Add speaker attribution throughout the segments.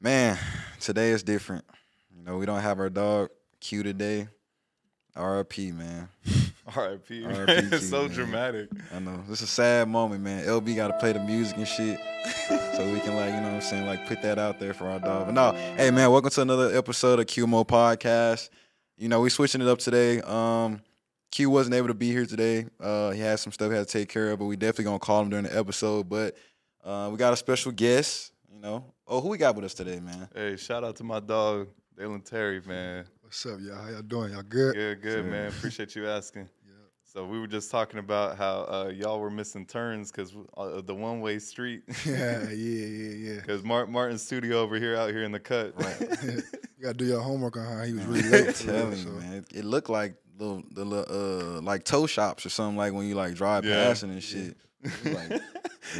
Speaker 1: Man, today is different. You know, we don't have our dog Q today. R.I.P. Man.
Speaker 2: R.I.P.
Speaker 1: R.I.P. Q,
Speaker 2: It's so
Speaker 1: man.
Speaker 2: dramatic.
Speaker 1: I know this is a sad moment, man. LB got to play the music and shit, so we can like, you know, what I'm saying, like, put that out there for our dog. But no, hey, man, welcome to another episode of QMO Podcast. You know, we switching it up today. Um, Q wasn't able to be here today. Uh, he had some stuff he had to take care of, but we definitely gonna call him during the episode. But uh, we got a special guest. You know, oh, who we got with us today, man?
Speaker 2: Hey, shout out to my dog, Dylan Terry, man.
Speaker 3: What's up, y'all? How y'all doing? Y'all good?
Speaker 2: Good, good, man. Appreciate you asking. So we were just talking about how uh, y'all were missing turns because of the one-way street.
Speaker 3: Yeah, yeah, yeah, yeah.
Speaker 2: Because Mart- Martin's studio over here, out here in the cut.
Speaker 3: you gotta do your homework on how he was
Speaker 1: Man,
Speaker 3: really
Speaker 1: I'm
Speaker 3: late. for real,
Speaker 1: telling you,
Speaker 3: so.
Speaker 1: man, it, it looked like little the little, uh like toe shops or something like when you like drive
Speaker 2: Yeah.
Speaker 1: past it and shit. It was like- yeah.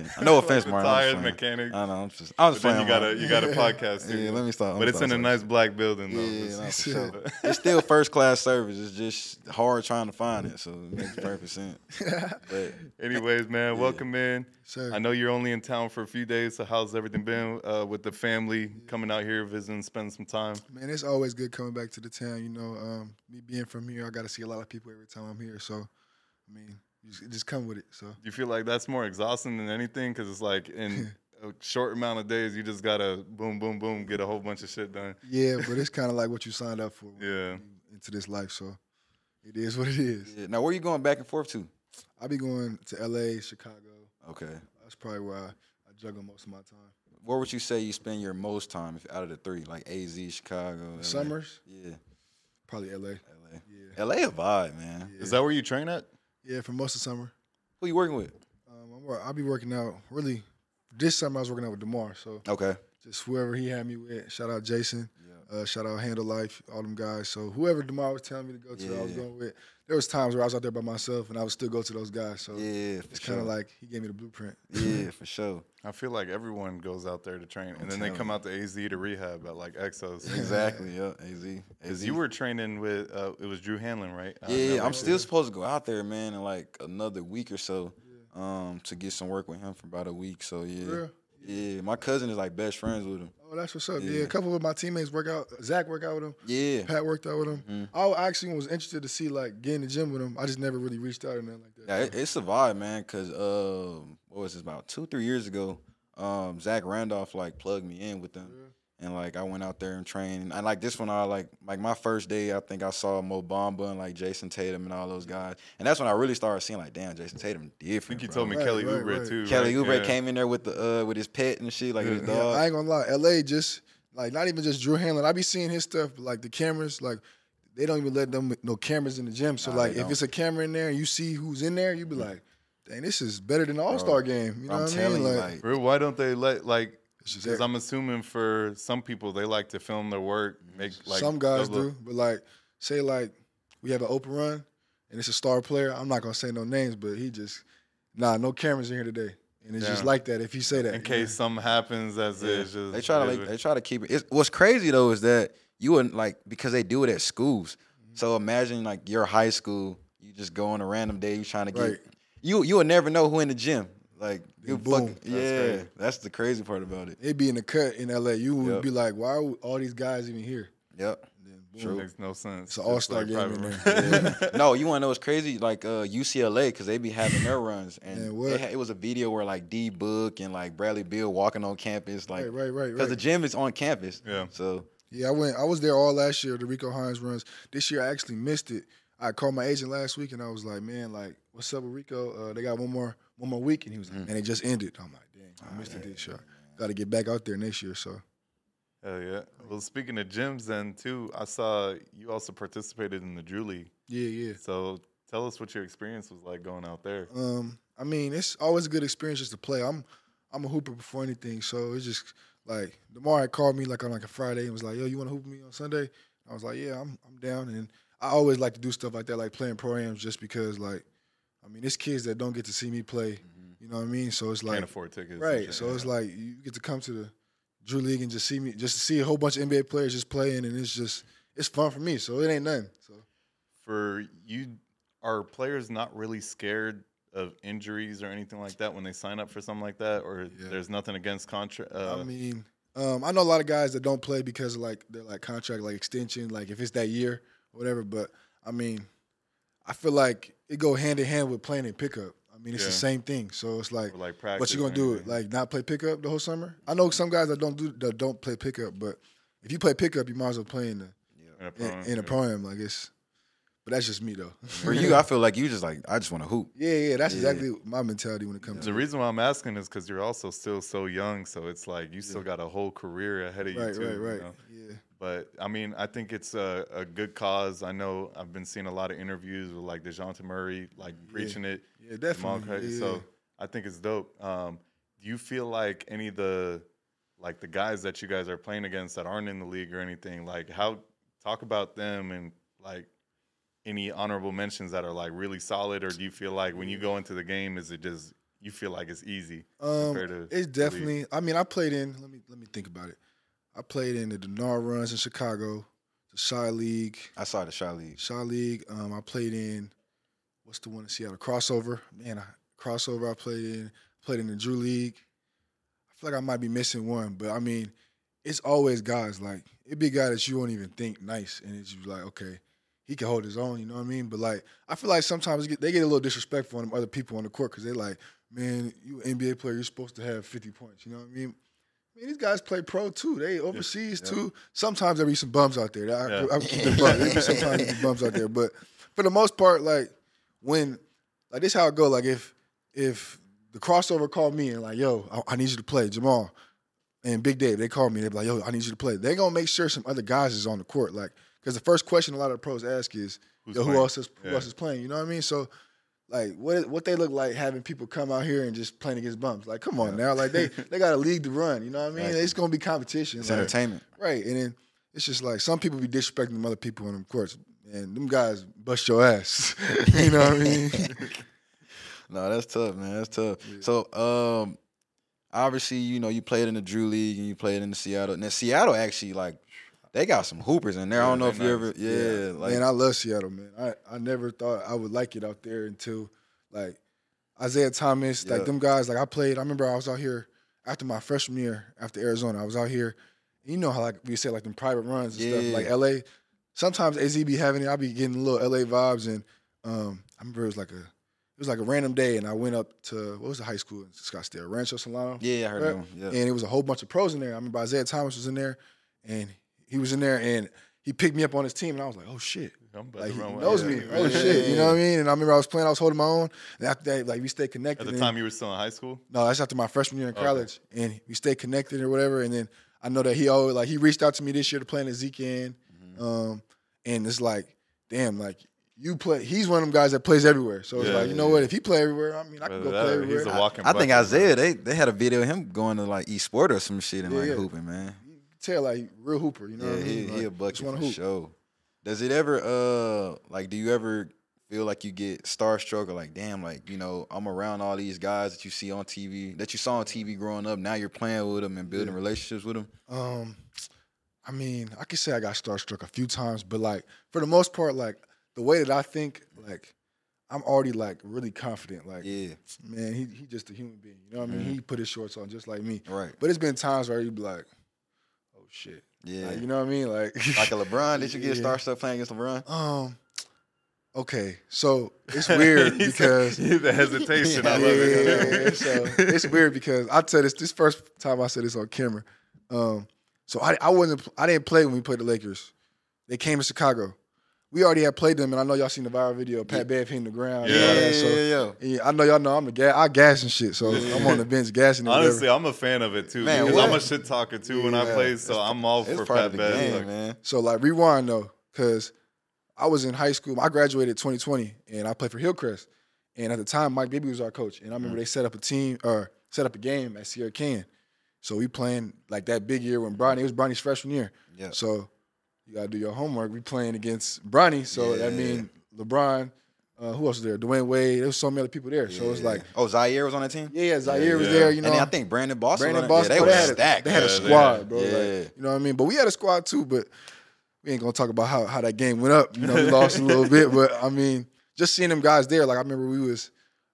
Speaker 1: No offense,
Speaker 2: the
Speaker 1: Martin. I'm
Speaker 2: tire
Speaker 1: just playing.
Speaker 2: mechanic.
Speaker 1: I know. I'm just. I'm
Speaker 2: But
Speaker 1: just playing.
Speaker 2: then you got a
Speaker 1: Martin.
Speaker 2: you got a podcast
Speaker 1: yeah,
Speaker 2: studio.
Speaker 1: let me stop.
Speaker 2: but it's in a nice black building though.
Speaker 1: Yeah,
Speaker 2: This-
Speaker 1: no, for
Speaker 3: Yeah.
Speaker 1: sure. it's still first class service. It's just hard trying to find it, so it makes perfect sense. But
Speaker 2: Anyways, man, welcome in.
Speaker 3: Sir.
Speaker 2: I know you're only in town for a few days, so how's everything been uh, with the family coming out here, visiting, spending some time?
Speaker 3: Man, it's always good coming back to the town. You know, um, me being from here, I gotta see a lot of people every time I'm here. So, I mean, you just, just come with it. So,
Speaker 2: Do you feel like that's more exhausting than anything? Because it's like in a short amount of days, you just gotta boom, boom, boom, get a whole bunch of shit done.
Speaker 3: yeah, but it's kind of like what you signed up for. when
Speaker 2: Yeah.
Speaker 3: you Into this life, so it is what it is.
Speaker 1: yeah. now, where you going back and forth to?
Speaker 3: I be going to L.A., Chicago.
Speaker 1: Okay,
Speaker 3: That's probably where I, I juggle most of my time.
Speaker 1: where would you say you spend your most time if, out of the three, like AZ, Chicago, LA?
Speaker 3: Summers,
Speaker 1: Yeah,
Speaker 3: probably L.A.
Speaker 1: LA.
Speaker 3: Yeah,
Speaker 1: LA a vibe, man.
Speaker 2: Is that where you train at?
Speaker 3: yeah, for most of summer.
Speaker 1: Who you working with?
Speaker 3: Um, I'm, wor- I'll be working out really. This summer I was working out with Demar, so
Speaker 1: Okay.
Speaker 3: just whoever he had me with. Shout out Jason.
Speaker 1: Yeah.
Speaker 3: Uh, shout out Handle Life, all them guys. So whoever Demar was telling me to go to, I was
Speaker 1: Yeah.
Speaker 3: going with. There was times where I was out there by myself, and I would still go to those guys. So
Speaker 1: Yeah, for
Speaker 3: it's
Speaker 1: sure.
Speaker 3: kind of like he gave me the blueprint.
Speaker 1: yeah, for sure.
Speaker 2: I feel like everyone goes out there to train, and then they
Speaker 1: telling
Speaker 2: come out to AZ to rehab at like Exos.
Speaker 1: Exactly. Yeah. Az.
Speaker 2: Because
Speaker 1: Az.
Speaker 2: you were training with uh, it was Drew Hanlon, right? Uh,
Speaker 1: Yeah, yeah,
Speaker 2: Network
Speaker 1: I'm still
Speaker 2: Series.
Speaker 1: supposed to go out there, man, in like another week or so, um, to get some work with him for about a week. So yeah.
Speaker 3: Real?
Speaker 1: Yeah, my cousin is like best friends with him.
Speaker 3: Oh, that's what's up. Yeah.
Speaker 1: Yeah.
Speaker 3: a couple of my teammates work out. Zach worked out with him.
Speaker 1: Yeah.
Speaker 3: Pat worked out with him.
Speaker 1: Mm-hmm.
Speaker 3: I actually was interested to see like getting in the gym with him. I just never really reached out or nothing like that.
Speaker 1: Yeah, it, it's a vibe, man. Cause um, what was this about two, three years ago? Um, Zach Randolph like plugged me in with them, and like I went out there and trained. And like this one, I like like my first day, I think I saw Mo Bamba and like Jason Tatum and all those guys, and that's when I really started seeing like, damn, Jason Tatum
Speaker 2: I
Speaker 1: different.
Speaker 2: think you
Speaker 1: bro.
Speaker 2: told me
Speaker 3: Right,
Speaker 2: Kelly
Speaker 3: right,
Speaker 2: Oubre
Speaker 3: right.
Speaker 2: too.
Speaker 1: Kelly
Speaker 2: right?
Speaker 1: Oubre
Speaker 2: Yeah.
Speaker 1: came in there with the uh with his pet and shit, like his
Speaker 2: Yeah.
Speaker 3: Yeah,
Speaker 1: dog.
Speaker 3: I ain't gonna lie. LA just like not even just Drew Hanlon. I be seeing his stuff, but like the cameras, like they don't even let them no cameras in the gym. So
Speaker 1: Nah,
Speaker 3: like
Speaker 1: they
Speaker 3: if
Speaker 1: don't.
Speaker 3: it's a camera in there and you see who's in there, you be like, dang, this is better than All Star game. You know
Speaker 1: I'm
Speaker 3: what I
Speaker 1: telling
Speaker 3: mean?
Speaker 1: you,
Speaker 3: Like,
Speaker 1: like,
Speaker 2: Bro, why don't they let like?
Speaker 3: It's just
Speaker 2: Because
Speaker 3: that-
Speaker 2: I'm assuming for some people they like to film their work. Make like
Speaker 3: some guys
Speaker 2: those little-
Speaker 3: do, but like say like we have an open run and it's a star player. I'm not gonna say no names, but he just nah, no cameras in here today. And it's just
Speaker 2: Damn.
Speaker 3: like that if you say that.
Speaker 2: In case something happens, that's it. It's just
Speaker 1: They try to
Speaker 2: it
Speaker 1: like,
Speaker 2: was-
Speaker 1: they try to keep it. It's, what's crazy though is that you wouldn't like because they do it at schools.
Speaker 3: Mm-hmm.
Speaker 1: So imagine like your high school, you just go on a random day, you trying to get
Speaker 3: Right.
Speaker 1: you you would never know who in the gym. Like you
Speaker 3: boom.
Speaker 1: fucking
Speaker 3: That's
Speaker 1: yeah,
Speaker 2: crazy.
Speaker 1: that's the crazy part about it.
Speaker 3: It'd be in the cut in LA. You would
Speaker 1: Yep.
Speaker 3: be like, why are all these guys even here?
Speaker 1: Yep. True.
Speaker 2: makes no sense.
Speaker 3: It's an all-star game in there.
Speaker 1: no, you want to know what's crazy? Like uh, UCLA, because they be having their runs,
Speaker 3: Man,
Speaker 1: and
Speaker 3: what?
Speaker 1: it, ha- it was a video where like D Book and like Bradley Bill walking on campus, like
Speaker 3: Right, right, right,
Speaker 1: because the
Speaker 3: right.
Speaker 1: gym is on campus.
Speaker 2: Yeah.
Speaker 1: So
Speaker 3: Yeah, I went. I was there all last year. The Rico Hines runs. This year, I actually missed it. I called my agent last week, and I was like, "Man, like, what's up with Rico? Uh, they got one more, one more week." And he was like, "Man, it just ended." I'm like, "Dang,
Speaker 1: Ah,
Speaker 3: I missed it this year. Got to get back out there next year." So
Speaker 2: Hell yeah. Well, speaking of gyms, then too, I saw you also participated in the Drew League.
Speaker 3: yeah, yeah.
Speaker 2: So tell us what your experience was like going out there.
Speaker 3: Um, I mean, it's always a good experience just to play. I'm I'm a hooper before anything, so it's just like Demar had called me like on like a Friday and was like, "Yo, you want to hoop with me on Sunday?" I was like, "Yeah, I'm I'm down." And I always like to do stuff like that, like playing programs, just because like, I mean, it's kids that don't get to see me play. You know what I mean? So it's like
Speaker 2: Can't afford tickets.
Speaker 3: right. So it's like you get to come to the Drew League and just see me, just to see a whole bunch of NBA players just playing, and it's just it's fun for me. So it ain't nothing. So
Speaker 2: for you, are players not really scared of injuries or anything like that when they sign up for something like that? Or
Speaker 3: Yeah.
Speaker 2: there's nothing against contra- uh,
Speaker 3: I mean, Um, I know a lot of guys that don't play because of like their like contract like extension, like if it's that year or whatever. But I mean, I feel like it go hand in hand with playing in pickup. I mean, it's the
Speaker 2: Yeah.
Speaker 3: same thing. So it's like,
Speaker 2: Or, like practice.
Speaker 3: what you gonna
Speaker 2: or
Speaker 3: do?
Speaker 2: anything.
Speaker 3: Like not play pickup the whole summer? I know some guys that don't do that don't play pickup, but if you play pickup, you might as well play in the
Speaker 1: Mm-hmm.
Speaker 2: in a
Speaker 3: in,
Speaker 2: prime,
Speaker 3: in a
Speaker 2: yeah.
Speaker 3: program. Like it's, but that's just me though.
Speaker 1: For you, I feel like you just like I just want to hoop.
Speaker 3: yeah, yeah, that's
Speaker 1: Yeah.
Speaker 3: exactly my mentality when it comes
Speaker 2: The
Speaker 3: to.
Speaker 2: reason why I'm asking is because you're also still so young, so it's like you still got a whole career ahead of you.
Speaker 3: Right,
Speaker 2: too,
Speaker 3: right,
Speaker 2: you
Speaker 3: right.
Speaker 2: know?
Speaker 3: Yeah.
Speaker 2: But I mean, I think it's a, a good cause. I know I've been seeing a lot of interviews with like Dejounte Murray, like preaching it.
Speaker 3: Yeah,
Speaker 2: Jamal
Speaker 3: definitely.
Speaker 2: Craig.
Speaker 3: yeah.
Speaker 2: So I think it's dope. Um, do you feel like any of the like the guys that you guys are playing against that aren't in the league or anything? Like how talk about them and like any honorable mentions that are like really solid, or do you feel like when you go into the game, is it just you feel like it's easy? compared to
Speaker 3: um,
Speaker 2: the
Speaker 3: it's
Speaker 2: league?
Speaker 3: definitely. I mean, I played in. Let me let me think about it. I played in the Dinar runs in Chicago, the Shy League,
Speaker 1: I saw the Shy League.
Speaker 3: Shy League. Um, I played in. What's the one in Seattle? Crossover. Man, I, crossover. I played in. Played in the Drew League. I feel like I might be missing one, but I mean, it's always guys like it be guys that you won't even think nice, and it's just like okay, he can hold his own. You know what I mean? But like, I feel like sometimes get- they get a little disrespectful on them other people on the court because they like, man, you an NBA player, you're supposed to have 50 points. You know what I mean? I mean, these guys play pro too. They overseas
Speaker 1: yeah.
Speaker 3: too. Sometimes there be some bums out there. I,
Speaker 2: Yeah.
Speaker 3: I, I keep it a buck. There be sometimes there be bums out there, but for the most part, like when like this how it go. Like if if the crossover called me and like, yo, I, I need you to play Jamal and Big Dave. They called me. They be like, yo, I need you to play. They gonna make sure some other guys is on the court. Like, cause the first question a lot of the pros ask is,
Speaker 2: Who's
Speaker 3: yo, who
Speaker 2: playing?
Speaker 3: else is who
Speaker 2: Yeah.
Speaker 3: else is playing? You know what I mean? So. Like what what they look like having people come out here and just playing against bumps. Like, come on now. Like they they got a league to run. You know what I mean?
Speaker 1: Exactly.
Speaker 3: It's gonna be competition.
Speaker 1: It's
Speaker 3: Like,
Speaker 1: entertainment.
Speaker 3: Right, and then it's just like some people be disrespecting them other people on them courts, and them guys bust your ass. you know what I mean?
Speaker 1: No, that's tough, man. That's tough. So, um, obviously, you know, you played in the Drew League and you played in the Seattle. Now, Seattle actually like they got some hoopers in there. I
Speaker 2: Yeah,
Speaker 1: don't know
Speaker 2: they
Speaker 1: if you ever,
Speaker 2: nice.
Speaker 1: yeah, like
Speaker 3: man, I love Seattle, man. I, I never thought I would like it out there until like Isaiah Thomas,
Speaker 1: Yeah.
Speaker 3: like them guys. Like I played. I remember I was out here after my freshman year after Arizona. I was out here. and You know how like we say like them private runs and
Speaker 1: Yeah.
Speaker 3: stuff. Like LA. Sometimes AZ be having it. I be getting little LA vibes, and um, I remember it was like a it was like a random day, and I went up to what was the high school in Scottsdale, Rancho Solano.
Speaker 1: yeah, I heard
Speaker 3: Right.
Speaker 1: them. Yeah,
Speaker 3: and it was a whole bunch of pros in there. I remember Isaiah Thomas was in there, and he was in there, and he picked me up on his team, and I was like, "Oh shit!"
Speaker 2: I'm about
Speaker 3: Like
Speaker 2: to
Speaker 3: he
Speaker 2: run with
Speaker 3: knows
Speaker 2: it.
Speaker 3: me.
Speaker 1: Yeah.
Speaker 3: Oh shit! You know what I mean? And I remember I was playing, I was holding my own, and after that, like we stayed
Speaker 2: At
Speaker 3: connected.
Speaker 2: the
Speaker 3: and-
Speaker 2: time, you were still in high school.
Speaker 3: no, that's after my freshman year in
Speaker 2: Okay.
Speaker 3: college, and we stayed connected or whatever. And then I know that he always like he reached out to me this year to play in the Zeke end,
Speaker 2: Mm-hmm.
Speaker 3: um, and it's like, damn, like. You play. He's one of them guys that plays everywhere. So it's
Speaker 2: Yeah,
Speaker 3: like, you know
Speaker 1: yeah.
Speaker 3: what? If he play everywhere, I mean, I can
Speaker 2: Whether
Speaker 3: go
Speaker 2: that
Speaker 3: play
Speaker 2: or he's
Speaker 3: everywhere.
Speaker 2: a
Speaker 3: I-
Speaker 2: walking.
Speaker 1: I think
Speaker 2: bucket, bro.
Speaker 1: Isaiah they they had a video of him going to like Esport or some shit and
Speaker 3: Yeah,
Speaker 1: like
Speaker 3: yeah.
Speaker 1: hooping, man.
Speaker 3: tell like real hooper. You know
Speaker 1: yeah,
Speaker 3: what I mean?
Speaker 1: he,
Speaker 3: Like,
Speaker 1: he a
Speaker 3: just
Speaker 1: bucket
Speaker 3: wanna
Speaker 1: for sure. Does it ever uh like do you ever feel like you get starstruck or like damn like you know I'm around all these guys that you see on TV that you saw on TV growing up now you're playing with them and building
Speaker 3: Yeah.
Speaker 1: relationships with them
Speaker 3: Um, I mean, I could say I got starstruck a few times, but like for the most part, like the way that I think, like I'm already like really confident. Like,
Speaker 1: yeah
Speaker 3: man, he he just a human being. You know what I mean?
Speaker 1: Mhm.
Speaker 3: He put his shorts on just like me.
Speaker 1: right
Speaker 3: But it's been times where you be like, oh shit,
Speaker 1: yeah
Speaker 3: Like, you know what I mean? Like,
Speaker 1: like a LeBron did you get
Speaker 3: Yeah.
Speaker 1: starstruck playing against LeBron
Speaker 3: um, okay, so it's weird
Speaker 2: He said-
Speaker 3: because
Speaker 2: the hesitation. I
Speaker 3: yeah,
Speaker 2: love
Speaker 3: yeah, yeah, yeah.
Speaker 2: it.
Speaker 3: So it's weird because I tell this this first time I said this on camera. Um, so I I wasn't I didn't play when we played the Lakers. They came to Chicago. We already had played them, and I know y'all seen the viral video of Pat Bev hitting the ground.
Speaker 1: yeah
Speaker 3: And all
Speaker 1: yeah
Speaker 3: that, so,
Speaker 1: yeah, yeah.
Speaker 3: yeah, I know y'all know I'm a gas. I gas and shit, so I'm on the bench gassing. and whatever.
Speaker 2: Honestly, I'm a fan of it too
Speaker 1: Man,
Speaker 2: because
Speaker 1: what?
Speaker 2: I'm a shit talker too when I
Speaker 3: Yeah,
Speaker 2: play, so I'm all
Speaker 1: it's
Speaker 2: for
Speaker 1: part of
Speaker 2: Pat
Speaker 1: the
Speaker 2: Bev.
Speaker 1: game
Speaker 2: Like,
Speaker 1: man
Speaker 3: So like rewind though, because I was in high school. I graduated 2020, and I played for Hillcrest. And at the time, Mike Bibby was our coach, and I
Speaker 1: Mm.
Speaker 3: remember they set up a team or set up a game at Sierra Can. So we playing like that big year when Bronny it was Bronny's freshman year.
Speaker 1: yeah
Speaker 3: So you gotta do your homework. We playing against Bronny, so that
Speaker 1: Yeah.
Speaker 3: mean LeBron. Uh, who else was there? Dwayne Wade. There was so many other people there. So it's
Speaker 1: Yeah.
Speaker 3: like,
Speaker 1: oh Zaire was on that team
Speaker 3: yeah, yeah, Zaire was
Speaker 2: yeah.
Speaker 3: there. You know,
Speaker 1: and then I think Brandon Boston was
Speaker 3: Brandon
Speaker 1: on
Speaker 3: Boston,
Speaker 1: it. yeah,
Speaker 3: bro,
Speaker 1: they
Speaker 3: they,
Speaker 1: were stacked
Speaker 3: had a, they had a
Speaker 2: Yeah, they-
Speaker 3: squad, bro. like,
Speaker 1: Yeah.
Speaker 3: you know what I mean? But we had a squad too, but we ain't gonna talk about how, how that game went up. You know, we lost a little bit, but I mean, just seeing them guys there, like I remember we was,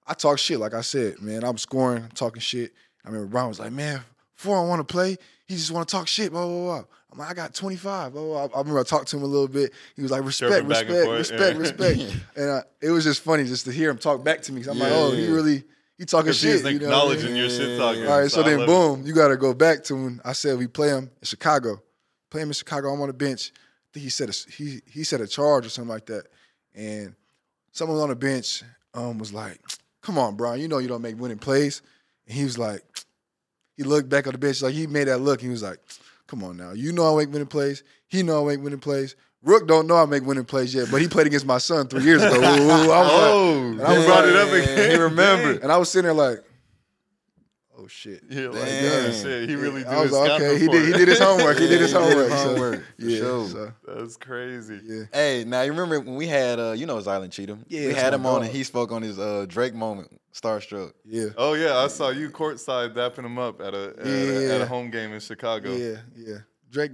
Speaker 3: I talk shit, like I said, man, I'm scoring, I'm talking shit. I remember Brian was like, man, four, I want to play. he just want to talk shit, blah, blah, blah. I'm like, I got 25, blah, blah, blah. I remember I talked to him a little bit. He was like, respect,
Speaker 2: Chirping back
Speaker 3: respect,
Speaker 2: and forth,
Speaker 3: respect,
Speaker 2: yeah.
Speaker 3: respect. And I, it was just funny just to hear him talk back to me. 'cause I'm like,
Speaker 1: Yeah,
Speaker 3: oh,
Speaker 1: yeah.
Speaker 3: he really, he talking
Speaker 2: Because
Speaker 3: shit.
Speaker 2: he's
Speaker 3: you know what I mean?
Speaker 2: acknowledging your
Speaker 1: Yeah.
Speaker 2: shit talking.
Speaker 3: All right, so,
Speaker 2: I
Speaker 3: then
Speaker 2: love it.
Speaker 3: boom, you got to go back to when I said we play him in Chicago. Play him in Chicago. I'm on the bench. I think he said a, he he said a charge or something like that, and someone on the bench um, was like, "Come on, Brian, you know you don't make winning plays." And he was like, he looked back on the bench like he made that look. He was like, "Come on now, you know I make winning plays. He know I make winning plays. Rook don't know I make winning plays yet, but he played against my son three years ago." Ooh, I was like-
Speaker 2: Oh,
Speaker 3: I
Speaker 2: you
Speaker 3: was
Speaker 2: brought
Speaker 3: like,
Speaker 2: it up
Speaker 1: "Damn,
Speaker 2: again.
Speaker 1: he remembered."
Speaker 3: and I was sitting there like, "Oh shit."
Speaker 2: Yeah, like,
Speaker 1: Damn.
Speaker 2: damn, shit, he really did
Speaker 3: I was
Speaker 2: his
Speaker 3: like,
Speaker 2: scout
Speaker 3: okay, he did, he
Speaker 2: report.
Speaker 3: did his homework. He did his
Speaker 1: Yeah, he did
Speaker 3: homework.
Speaker 1: his
Speaker 3: so-
Speaker 1: homework, for
Speaker 3: yeah,
Speaker 1: sure.
Speaker 3: so,
Speaker 2: That's crazy.
Speaker 3: yeah.
Speaker 1: Hey, now you remember when we had uh, you know Zylan Cheatham?
Speaker 3: Yeah,
Speaker 1: we
Speaker 3: that's
Speaker 1: had
Speaker 3: my
Speaker 1: him on
Speaker 3: dog.
Speaker 1: and he spoke on his uh, Drake moment, Starstruck.
Speaker 3: Yeah,
Speaker 2: Oh yeah, I saw you courtside dapping him up at a at, a, at
Speaker 3: Yeah.
Speaker 2: a home game in Chicago.
Speaker 3: yeah, yeah. Drake,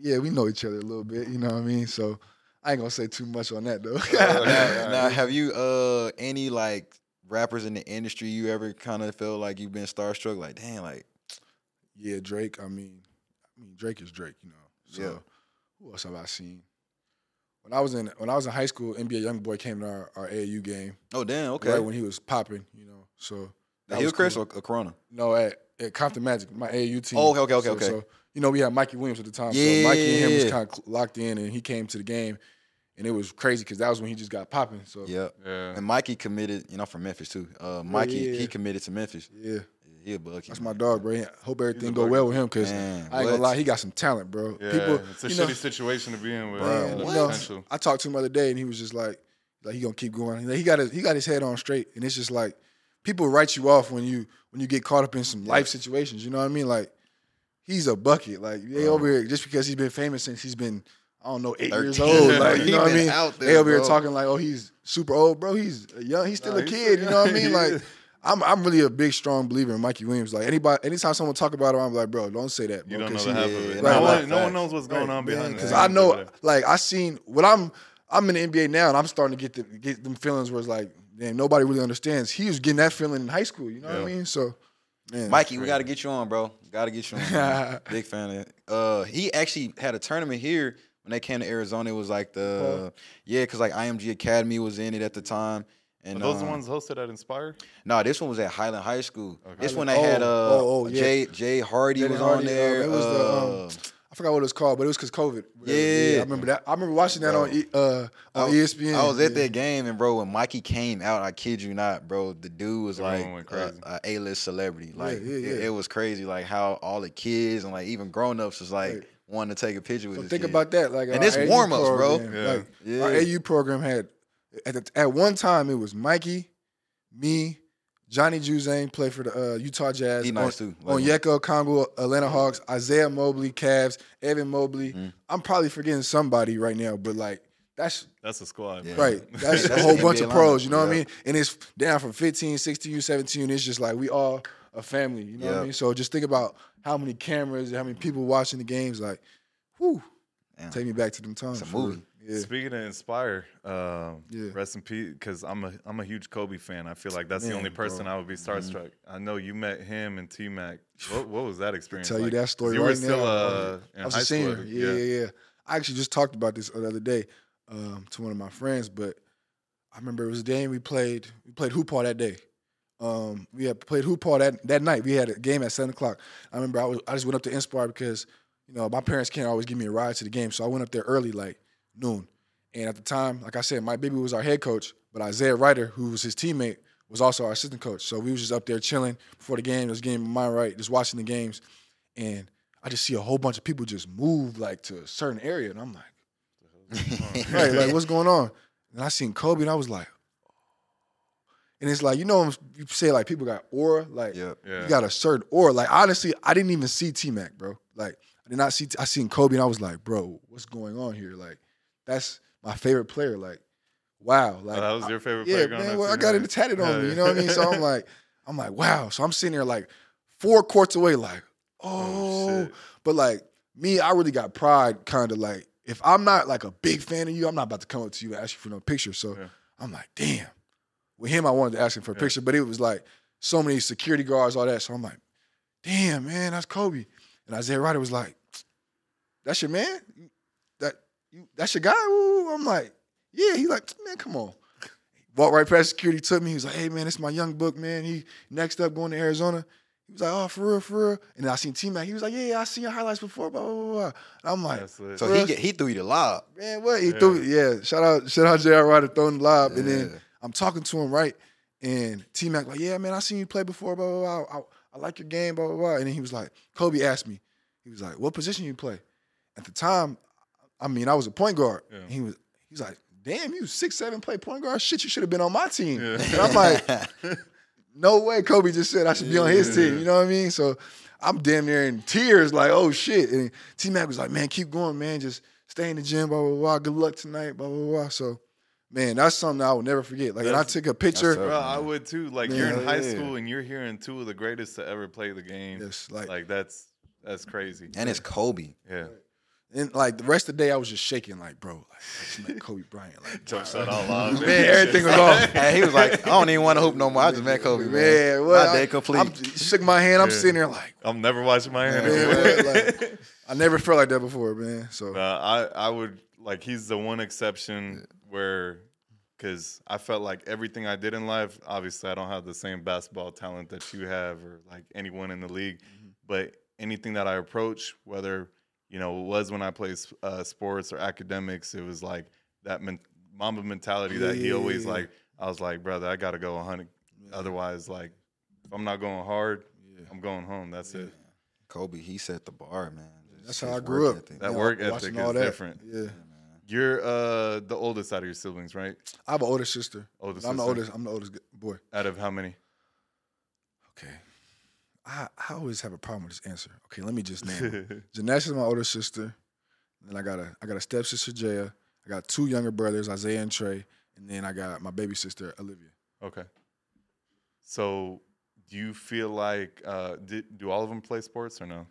Speaker 3: yeah, we know each other a little bit. You know what I mean? So I ain't gonna say too much on that though.
Speaker 1: Now,
Speaker 2: yeah,
Speaker 1: now, have you uh any like rappers in the industry you ever kind of felt like you've been starstruck? Like, damn, like
Speaker 3: yeah, Drake. I mean, I mean Drake is Drake. You know. So
Speaker 1: Yeah.
Speaker 3: who else have I seen? When I was in when I was in high school, NBA YoungBoy came to our, our AAU game
Speaker 1: oh damn, okay.
Speaker 3: right when he was popping. You know, so
Speaker 1: the
Speaker 3: that
Speaker 1: Hill
Speaker 3: was
Speaker 1: Chris
Speaker 3: cool.
Speaker 1: or, or Corona?
Speaker 3: No, at, at Compton Magic, my AAU team.
Speaker 1: Oh, okay, okay, okay,
Speaker 3: so,
Speaker 1: okay.
Speaker 3: So, you know, we had Mikey Williams at the time.
Speaker 1: Yeah.
Speaker 3: So Mikey and him was kind of locked in, and he came to the game, and it was crazy because that was when he just got popping. So
Speaker 1: Yeah.
Speaker 2: yeah.
Speaker 1: And Mikey committed, you know, I'm from Memphis too. Uh, Mikey,
Speaker 3: Oh, yeah, yeah.
Speaker 1: he committed to Memphis.
Speaker 3: yeah,
Speaker 1: He a bucky.
Speaker 3: that's my dog, bro. Hope everything
Speaker 2: a
Speaker 3: go
Speaker 2: bucket.
Speaker 3: well with him because I
Speaker 1: Man,
Speaker 3: ain't gonna
Speaker 1: what?
Speaker 3: lie, he got some talent, bro.
Speaker 2: Yeah,
Speaker 3: People,
Speaker 2: it's a
Speaker 3: you
Speaker 2: shitty
Speaker 3: know,
Speaker 2: situation to be in with
Speaker 3: man,
Speaker 2: the
Speaker 3: you know,
Speaker 2: potential.
Speaker 3: I talked to him the other day, and he was just like, like he gonna keep going. Like, he got his he got his head on straight, and it's just like people write you off when you when you get caught up in some life situations. You know what I mean? Like he's a bucket. Like they over here just because he's been famous since he's been I don't know eight
Speaker 1: 13.
Speaker 3: years old. Like
Speaker 1: He
Speaker 3: you know what I
Speaker 1: been
Speaker 3: mean?
Speaker 1: out
Speaker 3: they
Speaker 1: there,
Speaker 3: over
Speaker 1: bro.
Speaker 3: here talking like, oh, he's super old, bro. He's a young. He's still
Speaker 2: Nah,
Speaker 3: a
Speaker 2: he's
Speaker 3: kid.
Speaker 2: still
Speaker 3: You know what I
Speaker 2: young.
Speaker 3: mean?
Speaker 2: He
Speaker 3: Like. I'm I'm really a big strong believer in Mikey Williams. Like anybody, anytime someone talk about him, I'm like, bro, don't say that. Bro,
Speaker 2: You don't
Speaker 3: 'cause
Speaker 2: know the
Speaker 3: he-
Speaker 2: half
Speaker 1: yeah,
Speaker 2: of it.
Speaker 3: right,
Speaker 2: no,
Speaker 3: right,
Speaker 2: one, no one
Speaker 1: facts.
Speaker 2: knows what's going on behind
Speaker 3: because
Speaker 2: the
Speaker 3: I
Speaker 2: scenes over
Speaker 3: know,
Speaker 2: there.
Speaker 3: like I seen what I'm. I'm in the NBA now, and I'm starting to get the, get them feelings where it's like, damn, nobody really understands. He was getting that feeling in high school. You know what I
Speaker 2: Yeah.
Speaker 3: mean? So, man,
Speaker 1: Mikey, we got to get you on, bro. Got to get you on. man. Big fan of it. Uh, he actually had a tournament here when they came to Arizona. It was like
Speaker 3: Oh.
Speaker 1: the yeah, because like IMG Academy was in it at the time. And
Speaker 2: Are those
Speaker 3: uh,
Speaker 2: the
Speaker 1: um,
Speaker 2: ones hosted at Inspire?
Speaker 1: No, this one was at Highland High School. This one they
Speaker 3: Highland-
Speaker 1: had uh
Speaker 3: oh, oh, oh, yeah.
Speaker 1: Jay Jay Hardy
Speaker 3: Jaden
Speaker 1: was on
Speaker 3: Hardy, uh,
Speaker 1: there.
Speaker 3: it was the,
Speaker 1: uh,
Speaker 3: um, I forgot what it was called, but it was because COVID.
Speaker 1: Yeah.
Speaker 3: I remember that. I remember watching that
Speaker 1: Bro.
Speaker 3: on E- uh, on ESPN.
Speaker 1: I was at
Speaker 3: Yeah.
Speaker 1: that game, and bro, when Mikey came out, I kid you not, bro, the dude was
Speaker 2: Everyone
Speaker 1: like
Speaker 2: went crazy.
Speaker 1: a A list celebrity. Like
Speaker 3: yeah,
Speaker 1: it- It,
Speaker 3: yeah.
Speaker 1: was crazy, like how all the kids and like even grown ups was like
Speaker 3: Right.
Speaker 1: wanting to take a picture with.
Speaker 3: So
Speaker 1: this
Speaker 3: think
Speaker 1: kid.
Speaker 3: about that, like
Speaker 1: And
Speaker 3: our
Speaker 1: it's
Speaker 3: AU
Speaker 1: warm-ups, bro.
Speaker 3: program,
Speaker 2: Yeah.
Speaker 3: Like,
Speaker 1: Yeah.
Speaker 3: Our AU program had at the, at one time it was Mikey, me, Johnny Juzang played for the uh, Utah Jazz.
Speaker 1: He
Speaker 3: on,
Speaker 1: nice too. Like
Speaker 3: on
Speaker 1: him.
Speaker 3: Yeko Congo, Atlanta Hawks, Isaiah Mobley, Cavs, Evan Mobley.
Speaker 1: Mhm.
Speaker 3: I'm probably forgetting somebody right now, but like that's
Speaker 2: That's a squad.
Speaker 1: Yeah.
Speaker 2: man.
Speaker 3: right. That's
Speaker 1: That's
Speaker 3: a whole
Speaker 1: the
Speaker 3: bunch
Speaker 1: NBA
Speaker 3: of pros.
Speaker 1: lineup,
Speaker 3: You know what I
Speaker 1: yeah.
Speaker 3: mean? And it's down from 15, 16, 17. It's just like we all a family. You know what
Speaker 1: Yeah.
Speaker 3: I mean? So just think about how many cameras, and how many people watching the games. Like, whew.
Speaker 1: Damn.
Speaker 3: Take me back to them times.
Speaker 1: It's a
Speaker 3: for real.
Speaker 1: movie.
Speaker 3: Yeah.
Speaker 2: Speaking of Inspire, um,
Speaker 3: Yeah.
Speaker 2: rest in peace, because I'm a I'm a huge Kobe fan. I feel like that's the
Speaker 3: Man,
Speaker 2: only person
Speaker 3: bro. Mm-hmm.
Speaker 2: I would be starstruck. I know you met him and T Mac. What, what was that experience?
Speaker 3: Tell you
Speaker 2: like?
Speaker 3: that story
Speaker 2: You
Speaker 3: right
Speaker 2: were still
Speaker 3: now.
Speaker 2: uh, in
Speaker 3: I was
Speaker 2: high
Speaker 3: a
Speaker 2: school.
Speaker 3: senior. yeah, yeah, yeah. I actually just talked about this the other day um, to one of my friends, but I remember it was a game we played. We played hoopball that day. Um, we had played hoopball that that night. We had a game at seven o'clock. I remember I was I just went up to Inspire because you know my parents can't always give me a ride to the game, so I went up there early, like noon. And at the time, like I said, Mike Bibby was our head coach, but Isaiah Ryder, who was his teammate, was also our assistant coach. So we was just up there chilling before the game. It was game of mine right, just watching the games, and I just see a whole bunch of people just move like to a certain area, and I'm like, right, like what's going on? And I seen Kobe, and I was like, "Oh." and it's like you know when you say like people got aura, like
Speaker 1: Yep.
Speaker 2: Yeah.
Speaker 3: you got a certain aura. Like honestly, I didn't even see T Mac, bro. Like I did not see. I seen Kobe, and I was like, bro, what's going on here? Like that's my favorite player. Like wow, like
Speaker 2: Oh, that was your favorite
Speaker 3: yeah,
Speaker 2: player growing
Speaker 3: man.
Speaker 2: up,
Speaker 3: Well,
Speaker 2: too,
Speaker 3: I got
Speaker 2: man.
Speaker 3: it tatted on
Speaker 2: Yeah,
Speaker 3: me.
Speaker 2: yeah.
Speaker 3: You know what I mean? So I'm like, I'm like, wow. So I'm sitting there like four courts away, like, oh,
Speaker 2: shit.
Speaker 3: but like me, I really got pride, kind of like if I'm not like a big fan of you, I'm not about to come up to you and ask you for no picture. So
Speaker 2: Yeah.
Speaker 3: I'm like, damn. With him, I wanted to ask him for a
Speaker 2: Yeah.
Speaker 3: picture, but it was like so many security guards, all that. So I'm like, damn, man, that's Kobe. And Isaiah Ryder was like, "That's your man? That you? That's your guy?" Ooh, I'm like, "Yeah." He like, "Man, come on." Walked right past security, took me. He was like, "Hey, man, it's my young book, man. He next up going to Arizona." He was like, "Oh, for real, for real." And then I seen T Mac. He was like, "Yeah, yeah, I seen your highlights before." Blah blah blah. blah. And I'm like,
Speaker 2: That's lit.
Speaker 1: So he get, he threw you the lob.
Speaker 3: man, what he
Speaker 2: Yeah.
Speaker 3: threw? Yeah, shout out, shout out, J.R. Ryder throwing the lob, and
Speaker 1: Yeah.
Speaker 3: then I'm talking to him right, and T Mac like, yeah, man, I seen you play before, blah blah blah. I, I like your game, blah blah blah. And then he was like, Kobe asked me, he was like, what position you play? At the time, I mean, I was a point guard.
Speaker 2: Yeah.
Speaker 3: He was, he's like, damn, you six seven play point guard? Shit, you should have been on my team.
Speaker 2: Yeah.
Speaker 3: And I'm like, no way Kobe just said I should be on his team. You know what I mean? So I'm damn near in tears, like, oh shit. And T Mac was like, man, keep going, man. Just stay in the gym, blah, blah, blah. Good luck tonight, blah, blah, blah. So, man, that's something I will never forget. Like, and I
Speaker 2: That's-
Speaker 3: took a picture.
Speaker 1: That's
Speaker 2: Bro, I would too. Like you're in
Speaker 1: Yeah.
Speaker 2: high
Speaker 1: Yeah.
Speaker 2: school and you're hearing two of the greatest to ever play the game.
Speaker 3: Yes, like,
Speaker 2: Like that's that's crazy.
Speaker 1: and it's Kobe.
Speaker 2: yeah.
Speaker 3: and like the rest of the day I was just shaking, like, bro, like, I met Kobe Bryant. Like,
Speaker 2: Jokes out all loud.
Speaker 3: man, everything was off.
Speaker 1: And he was like, I don't even want to hoop no more. I just met Kobe, man.
Speaker 3: Man, what?
Speaker 1: My day
Speaker 3: I-
Speaker 1: complete.
Speaker 3: I'm- shook my hand. I'm
Speaker 2: Yeah.
Speaker 3: sitting there like,
Speaker 2: I'm never watching my hand.
Speaker 3: man,
Speaker 2: anymore.
Speaker 3: what? Like, I never felt like that before, man. So,
Speaker 2: Nah, I I would like he's the one exception where because I felt like everything I did in life. Obviously, I don't have the same basketball talent that you have or like anyone in the league,
Speaker 3: Mm-hmm.
Speaker 2: but anything that I approach, whether you know it was when I played s- uh, sports or academics, it was like that men- Mamba mentality that he always
Speaker 3: Yeah.
Speaker 2: like. I was like, brother, I gotta go 100. Otherwise, like, if I'm not going hard, I'm going home. That's it.
Speaker 1: Kobe, he set the bar, man.
Speaker 3: that's
Speaker 1: Just
Speaker 3: how I
Speaker 1: his
Speaker 3: grew
Speaker 1: work
Speaker 3: up.
Speaker 1: ethic.
Speaker 2: That
Speaker 3: Yeah,
Speaker 2: work
Speaker 3: watching
Speaker 2: ethic
Speaker 3: all
Speaker 2: is
Speaker 3: that.
Speaker 2: different.
Speaker 3: Yeah.
Speaker 2: You're uh, the oldest out of your siblings, right?
Speaker 3: I have an older sister.
Speaker 2: Oldest.
Speaker 3: I'm the
Speaker 2: Oh, sister.
Speaker 3: oldest. I'm the oldest g- boy.
Speaker 2: Out of how many?
Speaker 3: Okay. I, I always have a problem with this answer. Okay, let me just name. 'em. Janesh is my older sister. Then I got a I got a stepsister Jaya. I got two younger brothers, Isaiah and Trey, and then I got my baby sister Olivia.
Speaker 2: okay. So, do you feel like uh, did, do all of them play sports or no?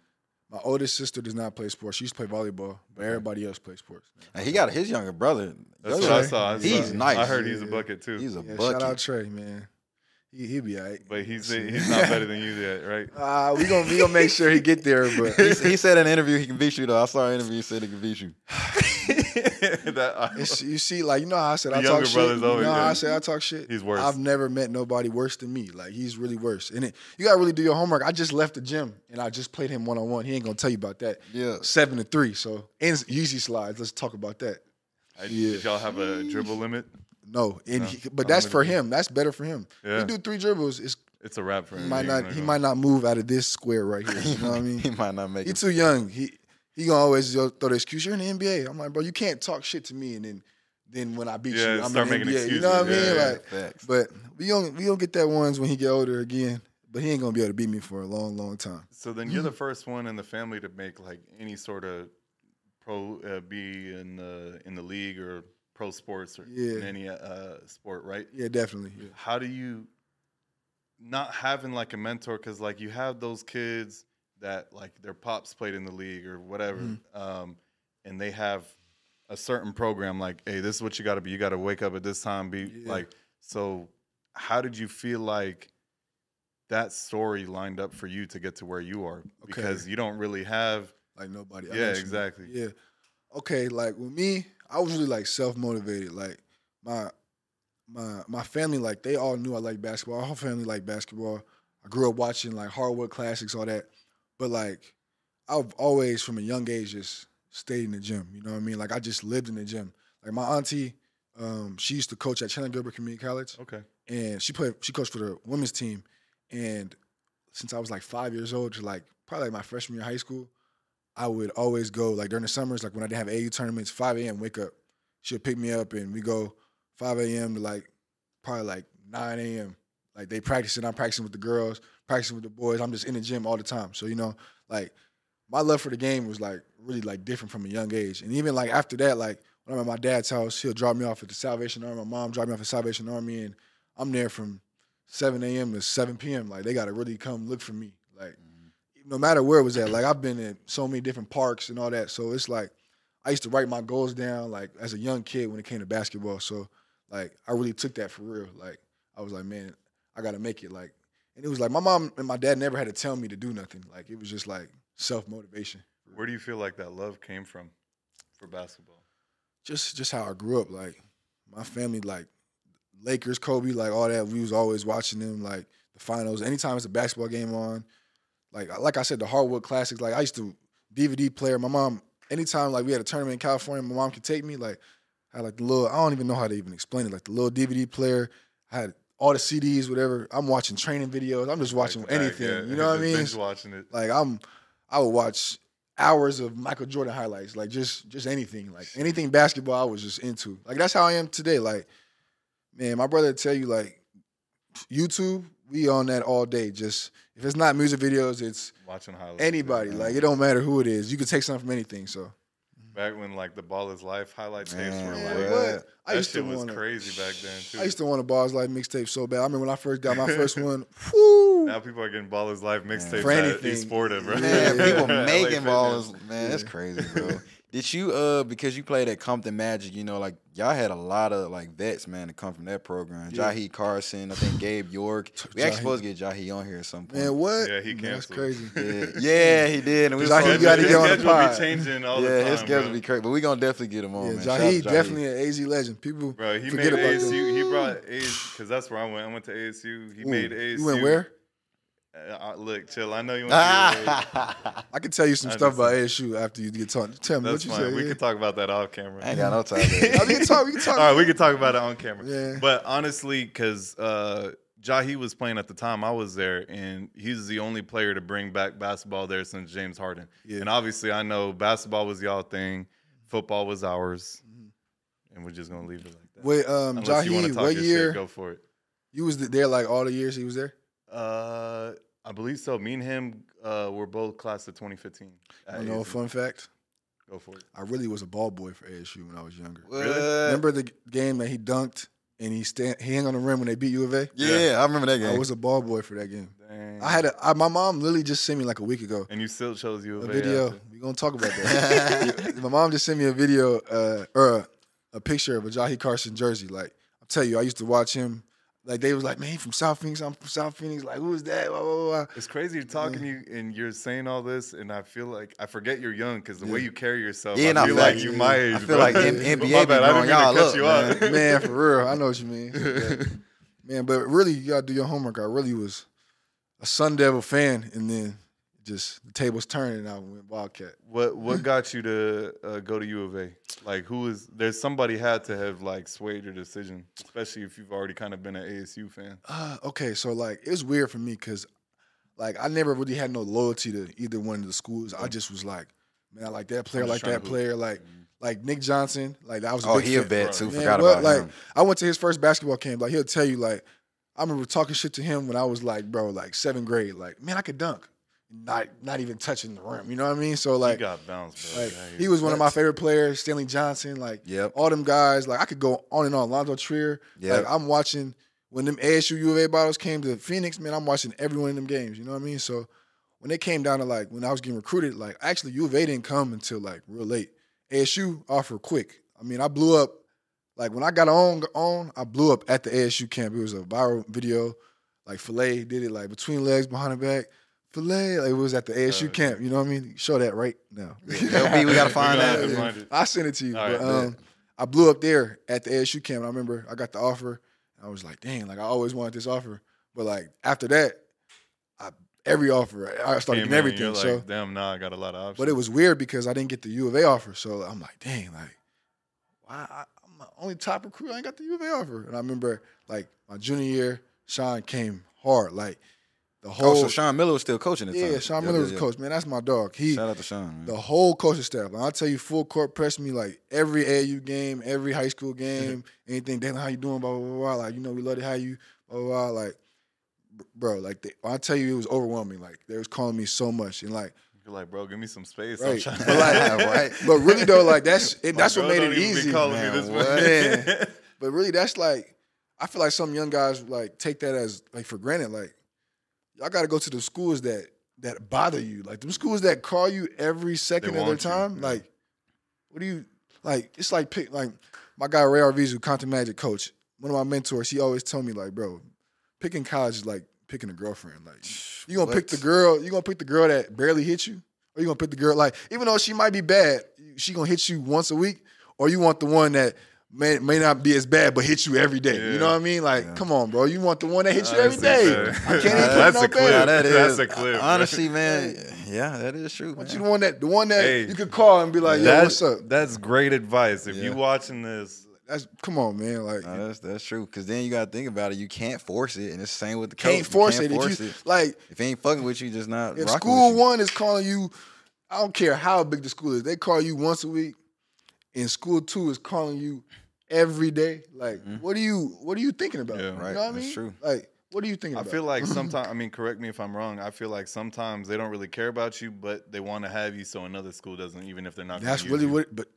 Speaker 3: My oldest sister does not play sports. She used to play volleyball, but everybody else plays sports.
Speaker 1: And he got his younger brother.
Speaker 2: That's
Speaker 1: Yo,
Speaker 2: what I
Speaker 3: right.
Speaker 2: saw. I saw-
Speaker 1: He's nice.
Speaker 2: I heard he's a
Speaker 3: Yeah.
Speaker 2: bucket too,
Speaker 1: He's a
Speaker 3: Yeah,
Speaker 1: bucket.
Speaker 3: shout out Trey, man. He he be alright.
Speaker 2: but he's he's not better than you yet, right?
Speaker 3: Uh, we gonna we gonna make sure he get there, but
Speaker 1: he, s- he said in an interview he can beat you though. I saw an interview he said he can beat you.
Speaker 2: That- uh, I-
Speaker 3: It's- you see, like you know how I said
Speaker 2: The
Speaker 3: I
Speaker 2: younger
Speaker 3: talk shit.
Speaker 2: brother's
Speaker 3: You know
Speaker 2: always
Speaker 3: how I
Speaker 2: good.
Speaker 3: said I talk shit.
Speaker 2: He's worse.
Speaker 3: I've never met nobody worse than me. Like he's really worse. And it, you gotta really do your homework. I just left the gym and I just played him one on one. He ain't gonna tell you about that.
Speaker 1: Yeah.
Speaker 3: Seven to three. So and Yeezy slides. Let's talk about that.
Speaker 2: I- Did y'all have a dribble limit?
Speaker 3: No, and
Speaker 2: No,
Speaker 3: he, but
Speaker 2: I'm
Speaker 3: that's
Speaker 2: gonna
Speaker 3: for
Speaker 2: do-
Speaker 3: him. That's better for him.
Speaker 2: Yeah.
Speaker 3: He do three dribbles. It's,
Speaker 2: It's a wrap for him.
Speaker 3: he might
Speaker 2: Ain't
Speaker 3: not.
Speaker 2: gonna
Speaker 3: He
Speaker 2: go.
Speaker 3: might not move out of this square right here. You know what I mean?
Speaker 1: he might not make
Speaker 3: He
Speaker 1: it.
Speaker 3: too young. He he gonna always yo- throw the excuse. You're in the NBA. I'm like, bro, you can't talk shit to me and then then when I beat
Speaker 2: Yeah,
Speaker 3: you, I'm
Speaker 2: start
Speaker 3: in the
Speaker 2: making
Speaker 3: NBA. You
Speaker 2: excuses.
Speaker 3: know what I
Speaker 2: Yeah,
Speaker 3: mean?
Speaker 2: yeah.
Speaker 3: Like,
Speaker 1: Facts.
Speaker 3: but we don't we don't get that ones when he get older again. But he ain't gonna be able to beat me for a long, long time.
Speaker 2: So then you're the first one in the family to make like any sort of pro uh, be in the in the league or pro sports or in
Speaker 3: Yeah.
Speaker 2: any uh, sport, right?
Speaker 3: Yeah, definitely. Yeah.
Speaker 2: How do you not having like a mentor because like you have those kids that like their pops played in the league or whatever,
Speaker 3: Mm-hmm.
Speaker 2: um, and they have a certain program like, hey, this is what you got to be. You got to wake up at this time. Be
Speaker 3: Yeah.
Speaker 2: like, so how did you feel like that story lined up for you to get to where you are because you don't really have
Speaker 3: Like nobody. I
Speaker 2: yeah
Speaker 3: got you.
Speaker 2: exactly
Speaker 3: Yeah. Okay, like with me, I was really like self motivated. Like my my my family, like they all knew I liked basketball. Our whole family liked basketball. I grew up watching like hardwood classics, all that. But like I've always from a young age just stayed in the gym. You know what I mean? Like I just lived in the gym. Like my auntie, um, she used to coach at Chandler Gilbert Community College
Speaker 2: okay
Speaker 3: and she played she coached for the women's team and since i was like five years old to like probably like my freshman year of high school i would always go like during the summers like when i didn't have au tournaments 5 a.m wake up she'll pick me up and we go 5 a.m to like probably like 9 a.m like they practicing i'm practicing with the girls practicing with the boys i'm just in the gym all the time so you know like my love for the game was like really like different from a young age and even like after that like when i'm at my dad's house he'll drop me off at the salvation army my mom dropped me off at salvation army and I'm there from 7 a.m. to 7 p.m. Like they gotta really come look for me. Like no matter where it was at. Like I've been in so many different parks and all that. So it's like I used to write my goals down like as a young kid when it came to basketball. So like I really took that for real. Like I was like, man, I gotta make it. Like and it was like my mom and my dad never had to tell me to do nothing. Like it was just like self motivation.
Speaker 2: Where do you feel like that love came from for basketball?
Speaker 3: Just just how I grew up. Like my family, like Lakers, Kobe, like all that. We was always watching them, like the finals. Anytime it's a basketball game on, like like I said, the hardwood classics. Like I used to DVD player. My mom, anytime like we had a tournament in California, my mom could take me. Like I had like the little. I don't even know how to even explain it. Like the little DVD player. I had all the CDs, whatever. I'm watching training videos. I'm just watching
Speaker 2: Like, back,
Speaker 3: anything.
Speaker 2: yeah,
Speaker 3: You know what I
Speaker 2: just
Speaker 3: mean?
Speaker 2: Binge watching it.
Speaker 3: Like I'm, I would watch hours of Michael Jordan highlights, like just just anything, like anything basketball. I was just into. Like that's how I am today. Like, man, my brother tell you like, YouTube, we on that all day. Just if it's not music videos, it's
Speaker 2: Watching highlights.
Speaker 3: anybody.
Speaker 2: yeah.
Speaker 3: Like it don't matter who it is. You can take something from anything. So
Speaker 2: Back when like the ball is life highlight tapes
Speaker 1: Man,
Speaker 2: were
Speaker 1: Yeah,
Speaker 2: like
Speaker 1: what?
Speaker 2: that
Speaker 3: I used to
Speaker 2: shit was
Speaker 3: want to.
Speaker 2: crazy back then too.
Speaker 3: I used to want a balls life mixtape so bad. I remember when I first got my first one. Whew,
Speaker 2: now people are getting ball is life mixtapes
Speaker 3: For
Speaker 2: at
Speaker 3: anything.
Speaker 2: eSporta, bro.
Speaker 1: Man,
Speaker 3: Yeah.
Speaker 1: people
Speaker 2: LA
Speaker 1: making
Speaker 2: Fitness.
Speaker 1: balls. Man, that's crazy, bro. Did you uh because you played at Compton Magic, you know, like y'all had a lot of like vets, man, to come from that program.
Speaker 3: Yeah.
Speaker 1: Jahi Carson, I think Gabe York. We
Speaker 3: Jahi.
Speaker 1: actually supposed to get Jahi on here at some point.
Speaker 3: man, what?
Speaker 2: Yeah, he
Speaker 3: Man, That's
Speaker 2: canceled.
Speaker 3: crazy.
Speaker 1: yeah. yeah, he did. And we
Speaker 3: Jahi,
Speaker 1: saw
Speaker 3: you
Speaker 1: him-
Speaker 2: His-
Speaker 3: gotta
Speaker 2: his
Speaker 3: get on the
Speaker 2: schedule be
Speaker 3: pod.
Speaker 2: changing all
Speaker 1: Yeah,
Speaker 2: the time.
Speaker 1: his schedule
Speaker 2: bro.
Speaker 1: be crazy, but we gonna definitely get him on.
Speaker 3: Yeah,
Speaker 1: man. Shout out to
Speaker 3: Jahi definitely an AZ legend. People
Speaker 2: Bro, he
Speaker 3: forget
Speaker 2: made
Speaker 3: about that.
Speaker 2: ASU. He brought ASU because that's where I went. I went to ASU. He
Speaker 3: Ooh,
Speaker 2: made ASU.
Speaker 3: You went where?
Speaker 2: Uh, uh, look, chill. I know you went to ASU.
Speaker 1: Ah,
Speaker 3: I can tell you some
Speaker 2: I
Speaker 3: stuff about ASU after you get talking. Tell me
Speaker 2: That's
Speaker 3: what you
Speaker 2: fine.
Speaker 3: say.
Speaker 2: we
Speaker 3: yeah.
Speaker 2: can talk about that off
Speaker 1: I ain't
Speaker 2: camera.
Speaker 1: got no time. for that.
Speaker 3: I mean, talk. We can talk.
Speaker 2: All right, we can talk about it on camera.
Speaker 3: Yeah.
Speaker 2: But honestly, because uh, Jahi was playing at the time I was there, and he's the only player to bring back basketball there since James Harden.
Speaker 3: Yeah.
Speaker 2: And obviously, I know basketball was y'all thing, football was ours, and we're just gonna leave it like that.
Speaker 3: Mm-hmm. Wait, um,
Speaker 2: Unless you wanna
Speaker 3: Jahi,
Speaker 2: talk
Speaker 3: what
Speaker 2: your
Speaker 3: year
Speaker 2: Shit, go for it.
Speaker 3: you was there? Like all the years he was there.
Speaker 2: Uh, I believe so. Me and him uh, were both class of 2015.
Speaker 3: I
Speaker 2: at
Speaker 3: don't know. a
Speaker 2: ASU.
Speaker 3: Fun fact:
Speaker 2: Go for it.
Speaker 3: I really was a ball boy for ASU when I was younger.
Speaker 1: What?
Speaker 3: Remember the game that he dunked and he stand he hung on the rim when they beat U of A?
Speaker 1: Yeah, I remember that
Speaker 3: I
Speaker 1: game.
Speaker 3: was a ball boy for that game.
Speaker 2: Dang.
Speaker 3: I had a I, my mom literally just sent me like a week ago
Speaker 2: and you still chose U
Speaker 3: a
Speaker 2: of A
Speaker 3: video.
Speaker 2: after.
Speaker 3: We gonna talk about that. my mom just sent me a video uh, or a, a picture of a Jahi Carson jersey. Like I tell you, I used to watch him. Like they was like, man, he from South Phoenix. I'm from South Phoenix. Like who's that? Blah, blah, blah, blah.
Speaker 2: It's crazy to talking to you and you're saying all this, and I feel like I forget you're young because the way
Speaker 3: Yeah.
Speaker 2: you carry yourself,
Speaker 1: Yeah,
Speaker 2: I
Speaker 1: nah,
Speaker 2: feel
Speaker 1: facts.
Speaker 2: like you my age.
Speaker 1: I
Speaker 2: bro.
Speaker 1: feel like M-
Speaker 2: My
Speaker 1: NBA be
Speaker 2: bad, I
Speaker 1: blowing
Speaker 2: didn't mean to
Speaker 1: y'all
Speaker 2: cut
Speaker 1: up,
Speaker 2: you
Speaker 1: man.
Speaker 2: off.
Speaker 3: man, for real. I know what you mean. Yeah. man, but really, you gotta do your homework. I really was a Sun Devil fan, and then just the tables turned, and I went Wildcat.
Speaker 2: What what got you to uh, go to U of A? Like who is there's somebody had to have like swayed your decision, especially if you've already kind of been an ASU fan.
Speaker 3: Uh, okay, so like it was weird for me because like I never really had no loyalty to either one of the schools. I just was like, man, I like that player,
Speaker 2: I'm
Speaker 3: like
Speaker 2: just trying
Speaker 3: that
Speaker 2: to hoop.
Speaker 3: player,
Speaker 2: Mm.
Speaker 3: like like Nick Johnson. Like I was. A
Speaker 1: oh,
Speaker 3: big
Speaker 1: he a
Speaker 3: fan.
Speaker 1: vet too.
Speaker 3: Man,
Speaker 1: Forgot
Speaker 3: what?
Speaker 1: about
Speaker 3: like
Speaker 1: him.
Speaker 3: I went to his first basketball camp. Like he'll tell you, like I remember talking shit to him when I was like, bro, like seventh grade. Like man, I could dunk, not not even touching the rim. You know what I mean? So
Speaker 2: He
Speaker 3: like,
Speaker 2: got bounced, bro.
Speaker 3: like
Speaker 2: Yeah,
Speaker 3: he was one of my
Speaker 1: nuts.
Speaker 3: favorite players, Stanley Johnson. Like
Speaker 1: Yep.
Speaker 3: all them guys. Like I could go on and on. Lonzo Trier.
Speaker 1: Yep.
Speaker 3: Like I'm watching when them ASU U of A bottles came to Phoenix, man, I'm watching every one of them games. You know what I mean? So when they came down to like when I was getting recruited, like actually U of A didn't come until like real late. ASU offered quick. I mean, I blew up like when I got on on, I blew up at the ASU camp. It was a viral video. Like Filet did it like between legs, behind the back. Filet, like it was at the ASU
Speaker 2: okay.
Speaker 3: camp. You know what I mean? Show that right now.
Speaker 1: LB, we gotta find
Speaker 2: gotta
Speaker 1: out.
Speaker 2: have to find it.
Speaker 3: I sent it to you.
Speaker 2: All right,
Speaker 3: but, um, I blew up there at the ASU camp. And I remember I got the offer. I was like, dang, like I always wanted this offer. But like after that, I every offer I started
Speaker 2: Came
Speaker 3: getting
Speaker 2: in,
Speaker 3: everything.
Speaker 2: You're like,
Speaker 3: so,
Speaker 2: damn, nah, I got a lot of options.
Speaker 3: but it was weird because I didn't get the U of A offer. So I'm like, dang, like why I, I'm the only top recruit. I ain't got the U of A offer. And I remember like my junior year, Sean came hard. Like the
Speaker 1: Oh,
Speaker 3: whole
Speaker 1: so Sean Miller was still coaching at the
Speaker 3: yeah,
Speaker 1: time.
Speaker 3: Sean
Speaker 1: Yeah,
Speaker 3: Miller
Speaker 1: yeah,
Speaker 3: was a
Speaker 1: yeah.
Speaker 3: coach. Man, that's my dog. He
Speaker 1: Shout out to Sean.
Speaker 3: the
Speaker 1: Man.
Speaker 3: whole coaching staff. Like, I'll tell you, full court press me like every AU game, every high school game, anything. Dalen, how you doing? Blah, blah, blah, blah. Like, you know, we love it. How you, blah, blah, blah. Like, br- bro, like, they, I tell you, it was overwhelming. Like, they was calling me so much. And, like,
Speaker 2: You're like, bro, give me some space. I'm
Speaker 3: right.
Speaker 2: trying
Speaker 3: But, like,
Speaker 1: Right.
Speaker 3: but really, though, like, that's it,
Speaker 2: My
Speaker 3: that's what
Speaker 2: bro
Speaker 3: made
Speaker 2: don't
Speaker 3: it
Speaker 2: even be
Speaker 3: easy.
Speaker 2: calling
Speaker 1: man.
Speaker 2: me this
Speaker 1: What?
Speaker 2: way.
Speaker 3: But really, that's like, I feel like some young guys, like, take that as, like, for granted. Like, y'all got to go to the schools that, that bother you. Like, them schools that call you every second of their
Speaker 2: want you,
Speaker 3: time.
Speaker 2: yeah.
Speaker 3: Like, what do you like? It's like pick like my guy Ray Arvizu, Content Magic coach, one of my mentors. He always told me like, bro, picking college is like picking a girlfriend. Like you gonna pick
Speaker 1: What?
Speaker 3: the girl, you gonna pick the girl that barely hit you, Or you gonna pick the girl like even though she might be bad, she gonna hit you once a week, or you want the one that may may not be as bad but hit you every day. You know
Speaker 2: Yeah.
Speaker 3: what I mean? Like,
Speaker 1: Yeah.
Speaker 3: come on, bro. You want the one that hits you every
Speaker 2: That's
Speaker 3: day.
Speaker 2: it,
Speaker 3: I
Speaker 2: man.
Speaker 3: can't even
Speaker 2: That's
Speaker 3: put
Speaker 2: a
Speaker 3: no
Speaker 2: clip.
Speaker 3: better.
Speaker 1: Now, that
Speaker 2: That's
Speaker 1: is
Speaker 2: a clip.
Speaker 1: Honestly, man, yeah, that is true.
Speaker 3: I want
Speaker 1: man.
Speaker 3: you the one that the one that
Speaker 2: Hey.
Speaker 3: you could call and be like, yo,
Speaker 2: That-
Speaker 3: what's up?
Speaker 2: That's great advice. If
Speaker 1: Yeah.
Speaker 2: you watching this,
Speaker 3: That's come on, man. Like
Speaker 1: No, that's that's true. Cause then you gotta think about it. You can't force it, and it's the same with the coach.
Speaker 3: can't
Speaker 1: You
Speaker 3: force it.
Speaker 1: force
Speaker 3: If you like
Speaker 1: If he ain't fucking with you, just not.
Speaker 3: if
Speaker 1: rocking
Speaker 3: school
Speaker 1: with you.
Speaker 3: one is calling you, I don't care how big the school is, they call you once a week, and school two is calling you every day. Like, what are you what are you thinking about?
Speaker 2: Mm-hmm. Yeah.
Speaker 3: You
Speaker 1: Right,
Speaker 3: know what I
Speaker 1: that's
Speaker 3: mean?
Speaker 1: true.
Speaker 3: Like, what are you thinking
Speaker 2: I
Speaker 3: about?
Speaker 2: feel like sometimes. I mean, correct me if I'm wrong. I feel like sometimes they don't really care about you, but they want to have you, so another school doesn't, even if they're not. gonna
Speaker 3: that's
Speaker 2: use
Speaker 3: really
Speaker 2: you.
Speaker 3: what but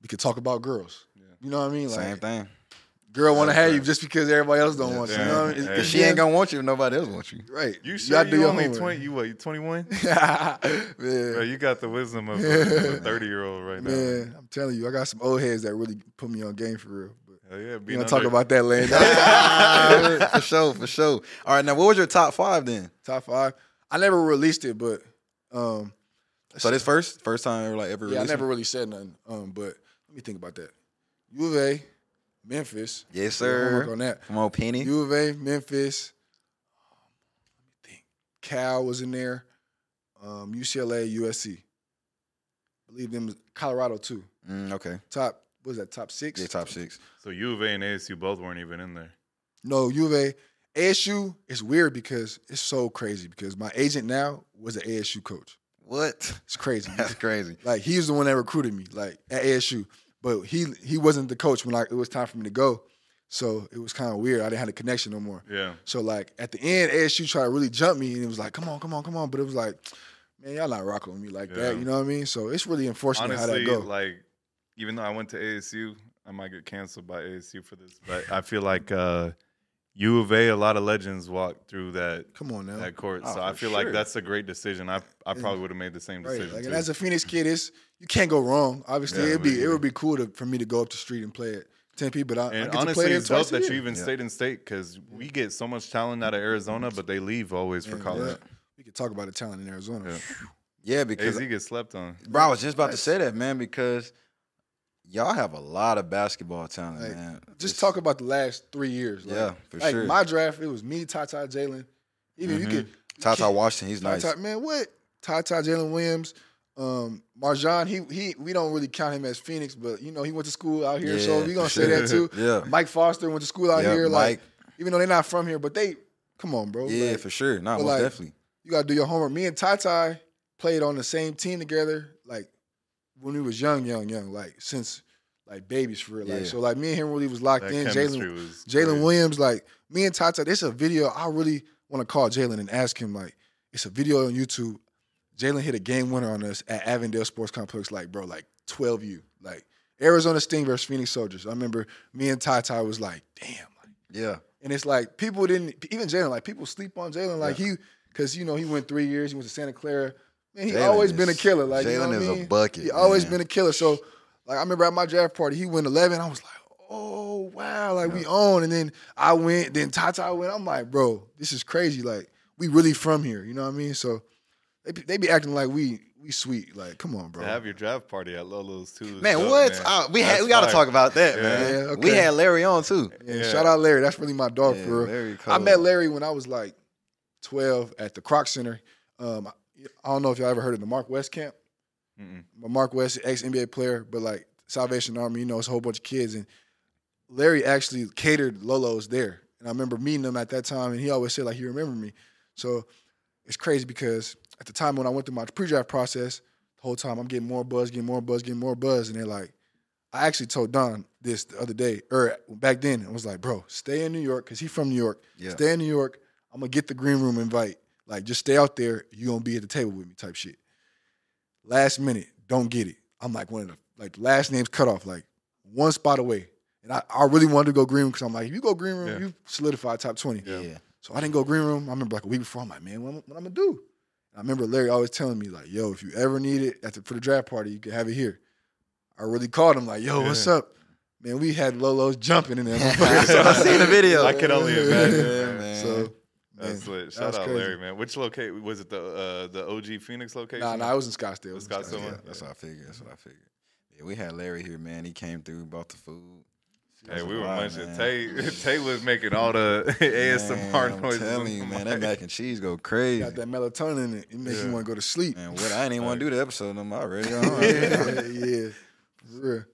Speaker 3: we could talk about girls. You know what I mean? Like
Speaker 1: Same thing.
Speaker 3: girl wanna
Speaker 2: That's
Speaker 3: have you
Speaker 2: right.
Speaker 3: just because everybody else don't
Speaker 1: Yeah.
Speaker 3: want you. You know what I mean?
Speaker 2: Yeah.
Speaker 3: It's-
Speaker 1: She ain't gonna want you if nobody else wants you.
Speaker 3: Right.
Speaker 2: You
Speaker 3: gotta
Speaker 2: sure you,
Speaker 3: do your
Speaker 2: only
Speaker 3: homework.
Speaker 2: twenty? You what? You twenty one?
Speaker 3: Man.
Speaker 2: Bro, you got the wisdom of a-
Speaker 3: Yeah.
Speaker 2: of a thirty year old right now.
Speaker 3: Man, I'm telling you, I got some old heads that really put me on game for real. But
Speaker 2: Hell yeah,
Speaker 3: we
Speaker 2: being
Speaker 3: gonna talk
Speaker 2: under-
Speaker 3: about that later.
Speaker 1: Ah, for sure, for sure. All right, now what was your top five then?
Speaker 3: Top five. I never released it, but um,
Speaker 1: So this first first time ever like ever
Speaker 3: yeah, I
Speaker 1: released.
Speaker 3: never really said nothing. Um, but let me think about that. U of A, Memphis.
Speaker 1: Yes,
Speaker 3: Do your homework
Speaker 1: sir.
Speaker 3: On that.
Speaker 1: Come on, Penny.
Speaker 3: U of A, Memphis. Let me think. Cal was in there. Um, UCLA, USC. believe them. Colorado too.
Speaker 1: Mm, okay.
Speaker 3: Top. What was that? Top six.
Speaker 1: Yeah, top six.
Speaker 2: So U of A and ASU both weren't even in there.
Speaker 3: No, U of A. ASU is weird because it's so crazy because my agent now was an ASU coach.
Speaker 1: What?
Speaker 3: It's crazy.
Speaker 1: That's crazy.
Speaker 3: like he was the one that recruited me, like at ASU. But he he wasn't the coach when like it was time for me to go. So it was kind of weird. I didn't have the connection no more.
Speaker 2: Yeah,
Speaker 3: So like at the end, ASU tried to really jump me and it was like, come on, come on, come on. But it was like, man, y'all not rocking with me like that.
Speaker 2: Yeah.
Speaker 3: You know what I mean? So it's really unfortunate how that
Speaker 2: honestly,
Speaker 3: go.
Speaker 2: like even though I went to ASU, I might get canceled by ASU for this, but I feel like uh, U of A, a lot of legends walked through that
Speaker 3: come on now.
Speaker 2: that court.
Speaker 1: Oh,
Speaker 2: so I
Speaker 1: for
Speaker 2: feel
Speaker 1: sure.
Speaker 2: like that's a great decision. I I probably would have made the same
Speaker 3: Right.
Speaker 2: decision.
Speaker 3: Like,
Speaker 2: too.
Speaker 3: and as a Phoenix kid, it's you can't go wrong. Obviously,
Speaker 2: Yeah,
Speaker 3: it'd be
Speaker 2: but-
Speaker 3: it would be cool to, for me to go up the street and play at Tempe, but I, I
Speaker 2: And
Speaker 3: get
Speaker 2: honestly,
Speaker 3: to play there
Speaker 2: it's dope
Speaker 3: twice a
Speaker 2: that
Speaker 3: year.
Speaker 2: you even
Speaker 1: Yeah.
Speaker 2: stayed in state because we get so much talent out of Arizona, but they leave always for
Speaker 3: Yeah,
Speaker 2: college.
Speaker 3: yeah. We could talk about the talent in Arizona.
Speaker 2: Yeah.
Speaker 1: Yeah, because
Speaker 2: AZ gets slept on.
Speaker 1: bro, I was just about to say that, man, because y'all have a lot of basketball talent,
Speaker 3: Like,
Speaker 1: man.
Speaker 3: Just
Speaker 1: It's-
Speaker 3: talk about the last three years. Like,
Speaker 1: Yeah, for
Speaker 3: like
Speaker 1: sure.
Speaker 3: my draft, it was me, Ty Ty Jalen. Even
Speaker 1: Mhm.
Speaker 3: you could
Speaker 1: Ty Ty
Speaker 3: Ty
Speaker 1: Washington, he's nice.
Speaker 3: Ty man, what? Ty Ty Jalen Williams, um, Marjan, he he we don't really count him as Phoenix, but you know, he went to school out here, so
Speaker 1: Yeah,
Speaker 3: we gonna
Speaker 1: for
Speaker 3: say that
Speaker 1: sure.
Speaker 3: too.
Speaker 1: Yeah.
Speaker 3: Mike Foster went to school out
Speaker 1: Yeah,
Speaker 3: here, like
Speaker 1: Mike.
Speaker 3: even though they're not from here, but they come on, bro.
Speaker 1: Yeah,
Speaker 3: Like,
Speaker 1: for sure. Nah,
Speaker 3: but
Speaker 1: most
Speaker 3: like-
Speaker 1: definitely.
Speaker 3: you gotta do your homework. Me and Ty Ty played on the same team together, like when we was young, young, young, like since like babies for real. Like
Speaker 1: Yeah.
Speaker 3: so like me and him really was locked
Speaker 2: That
Speaker 3: in. Jalen
Speaker 2: chemistry was
Speaker 3: Jalen
Speaker 2: crazy.
Speaker 3: Williams, like me and Tata, there's a video I really want to call Jalen and ask him, like, it's a video on YouTube. Jalen hit a game winner on us at Avondale Sports Complex, like, bro, like 12U. Like Arizona Sting versus Phoenix Soldiers. I remember me and Tata was like, damn. Like,
Speaker 1: Yeah.
Speaker 3: and it's like people didn't even Jalen, like people sleep on Jalen. Like he cause you know, he went three years, he went to Santa Clara. Man, he
Speaker 1: Jalen
Speaker 3: always
Speaker 1: is-
Speaker 3: been a killer. Like you know
Speaker 1: Jalen
Speaker 3: what I
Speaker 1: is a
Speaker 3: mean?
Speaker 1: bucket,
Speaker 3: He always
Speaker 1: man.
Speaker 3: been a killer. So like I remember at my draft party, he went eleven. I was like, oh wow, like we own. And then I went, then Tata went. I'm like, bro, this is crazy. Like we really from here. You know what I mean? So they be, they be acting like we we sweet. Like come on, bro.
Speaker 2: To have your draft party at Lolo's too. is
Speaker 1: Man,
Speaker 2: dope,
Speaker 1: what?
Speaker 2: man.
Speaker 3: Uh,
Speaker 1: Ah, we had,
Speaker 2: That's
Speaker 1: we got to
Speaker 2: fire.
Speaker 1: talk about that,
Speaker 2: Yeah.
Speaker 1: man.
Speaker 3: Yeah,
Speaker 1: We
Speaker 3: okay.
Speaker 1: had Larry on too.
Speaker 3: Yeah,
Speaker 2: Yeah.
Speaker 3: Shout out Larry. That's really my dog
Speaker 1: Yeah,
Speaker 3: for real.
Speaker 1: Larry
Speaker 3: I
Speaker 1: Cole.
Speaker 3: met Larry when I was like 12 at the Croc Center. Um, I, I don't know if y'all ever heard of the Mark West camp.
Speaker 2: Mm-mm.
Speaker 3: But Mark West, ex NBA player, but like Salvation Army, you know, it's a whole bunch of kids. And Larry actually catered Lolo's there. And I remember meeting him at that time, and he always said, like, he remembered me. So it's crazy because at the time when I went through my pre draft process, the whole time I'm getting more buzz, getting more buzz, getting more buzz. And they're like, I actually told Don this the other day, or back then, I was like, bro, stay in New York, because he's from New York.
Speaker 1: Yeah.
Speaker 3: Stay in New York. I'm going to get the green room invite. Like, just stay out there. you going to be at the table with me, type shit. Last minute, don't get it. I'm like one of the like last names cut off, like one spot away. And I, I really wanted to go green room because I'm like, if you go green room,
Speaker 2: Yeah.
Speaker 3: you solidify top 20.
Speaker 1: Yeah.
Speaker 3: So I didn't go green room. I remember like a week before, I'm like, man, what, am- what I'm gonna do? I remember Larry always telling me like, yo, if you ever need it at the, for the draft party, you can have it here. I really called him like, yo, what's
Speaker 2: Yeah.
Speaker 3: up? Man, we had Lolos jumping in there.
Speaker 1: I seen the video.
Speaker 2: I can only imagine.
Speaker 1: Yeah, man.
Speaker 3: So
Speaker 2: That's
Speaker 3: Man,
Speaker 2: lit. Shout
Speaker 3: was
Speaker 2: out
Speaker 3: crazy.
Speaker 2: Larry, man. Which locate was it? The uh, the OG Phoenix location?
Speaker 3: Nah, nah, I was in Scottsdale. It was in
Speaker 2: Scottsdale,
Speaker 1: Yeah,
Speaker 2: yeah.
Speaker 1: that's what I figured. That's what I figured. Yeah, we had Larry here, man. He came through, bought the food.
Speaker 2: Hey, we were
Speaker 1: Wow,
Speaker 2: munching.
Speaker 1: man.
Speaker 2: Tay, Tay was making all the
Speaker 1: Man,
Speaker 2: ASMR
Speaker 1: I'm
Speaker 2: noises.
Speaker 1: telling you, man, that mac and cheese go crazy.
Speaker 3: Got that melatonin in it. It makes
Speaker 2: Yeah.
Speaker 3: you want to go to sleep.
Speaker 1: Man, what I didn't even want to do the episode no more already. I
Speaker 3: yeah,
Speaker 1: don't know.
Speaker 3: yeah. For real.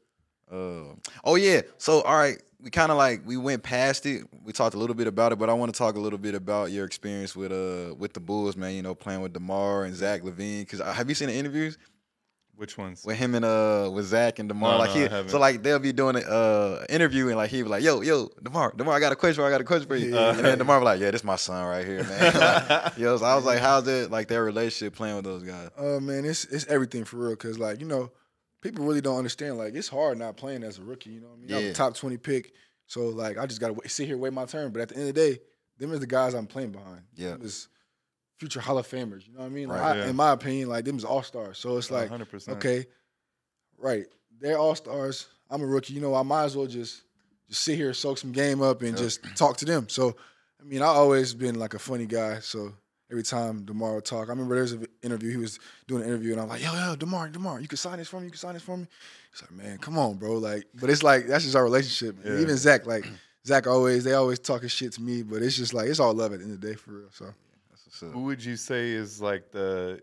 Speaker 1: Uh, oh yeah. So all right, we kind of like we went past it. We talked a little bit about it, but I want to talk a little bit about your experience with uh with the Bulls, man. You know, playing with Demar and Zach Levine. Because have you seen the interviews
Speaker 2: Which ones?
Speaker 1: with him and uh with Zach and Demar?
Speaker 2: No,
Speaker 1: like
Speaker 2: no, I
Speaker 1: he,
Speaker 2: haven't.
Speaker 1: so like they'll be doing an uh interview and like he be like, yo yo Demar Demar, I got a question. for you, I got a question for you.
Speaker 3: Yeah.
Speaker 1: And then Demar be like, yeah, this my son right here, man. like, yo, so I was like, how's that like their relationship playing with those guys?
Speaker 3: Oh man, it's it's everything for real. Cause like you know, people really don't understand. Like it's hard not playing as a rookie. You know what I mean? I'm
Speaker 1: Yeah.
Speaker 3: a top twenty pick, so like I just gotta wait, sit here wait my turn. But at the end of the day, them is the guys I'm playing behind.
Speaker 1: Yeah.
Speaker 3: Them is future Hall of Famers. You know what I mean? Like,
Speaker 1: Right.
Speaker 3: I-
Speaker 2: Yeah.
Speaker 3: In my opinion, like them is all stars. So it's like
Speaker 2: 100%.
Speaker 3: okay, right? They're all stars. I'm a rookie. You know, I might as well just just sit here, soak some game up, and just talk to them. So, I mean, I always been like a funny guy. So every time Demar would talk, I remember there's an interview. He was doing an interview, and I'm like, "Yo, yo, Demar, Demar, you can sign this for me. You can sign this for me." He's like, "Man, come on, bro." Like, but it's like that's just our relationship. And
Speaker 2: Yeah.
Speaker 3: Even Zach, like Zach, always they always talking shit to me, but it's just like it's all love at the end of the day, for real. So
Speaker 1: That's what's up.
Speaker 2: Who would you say is like the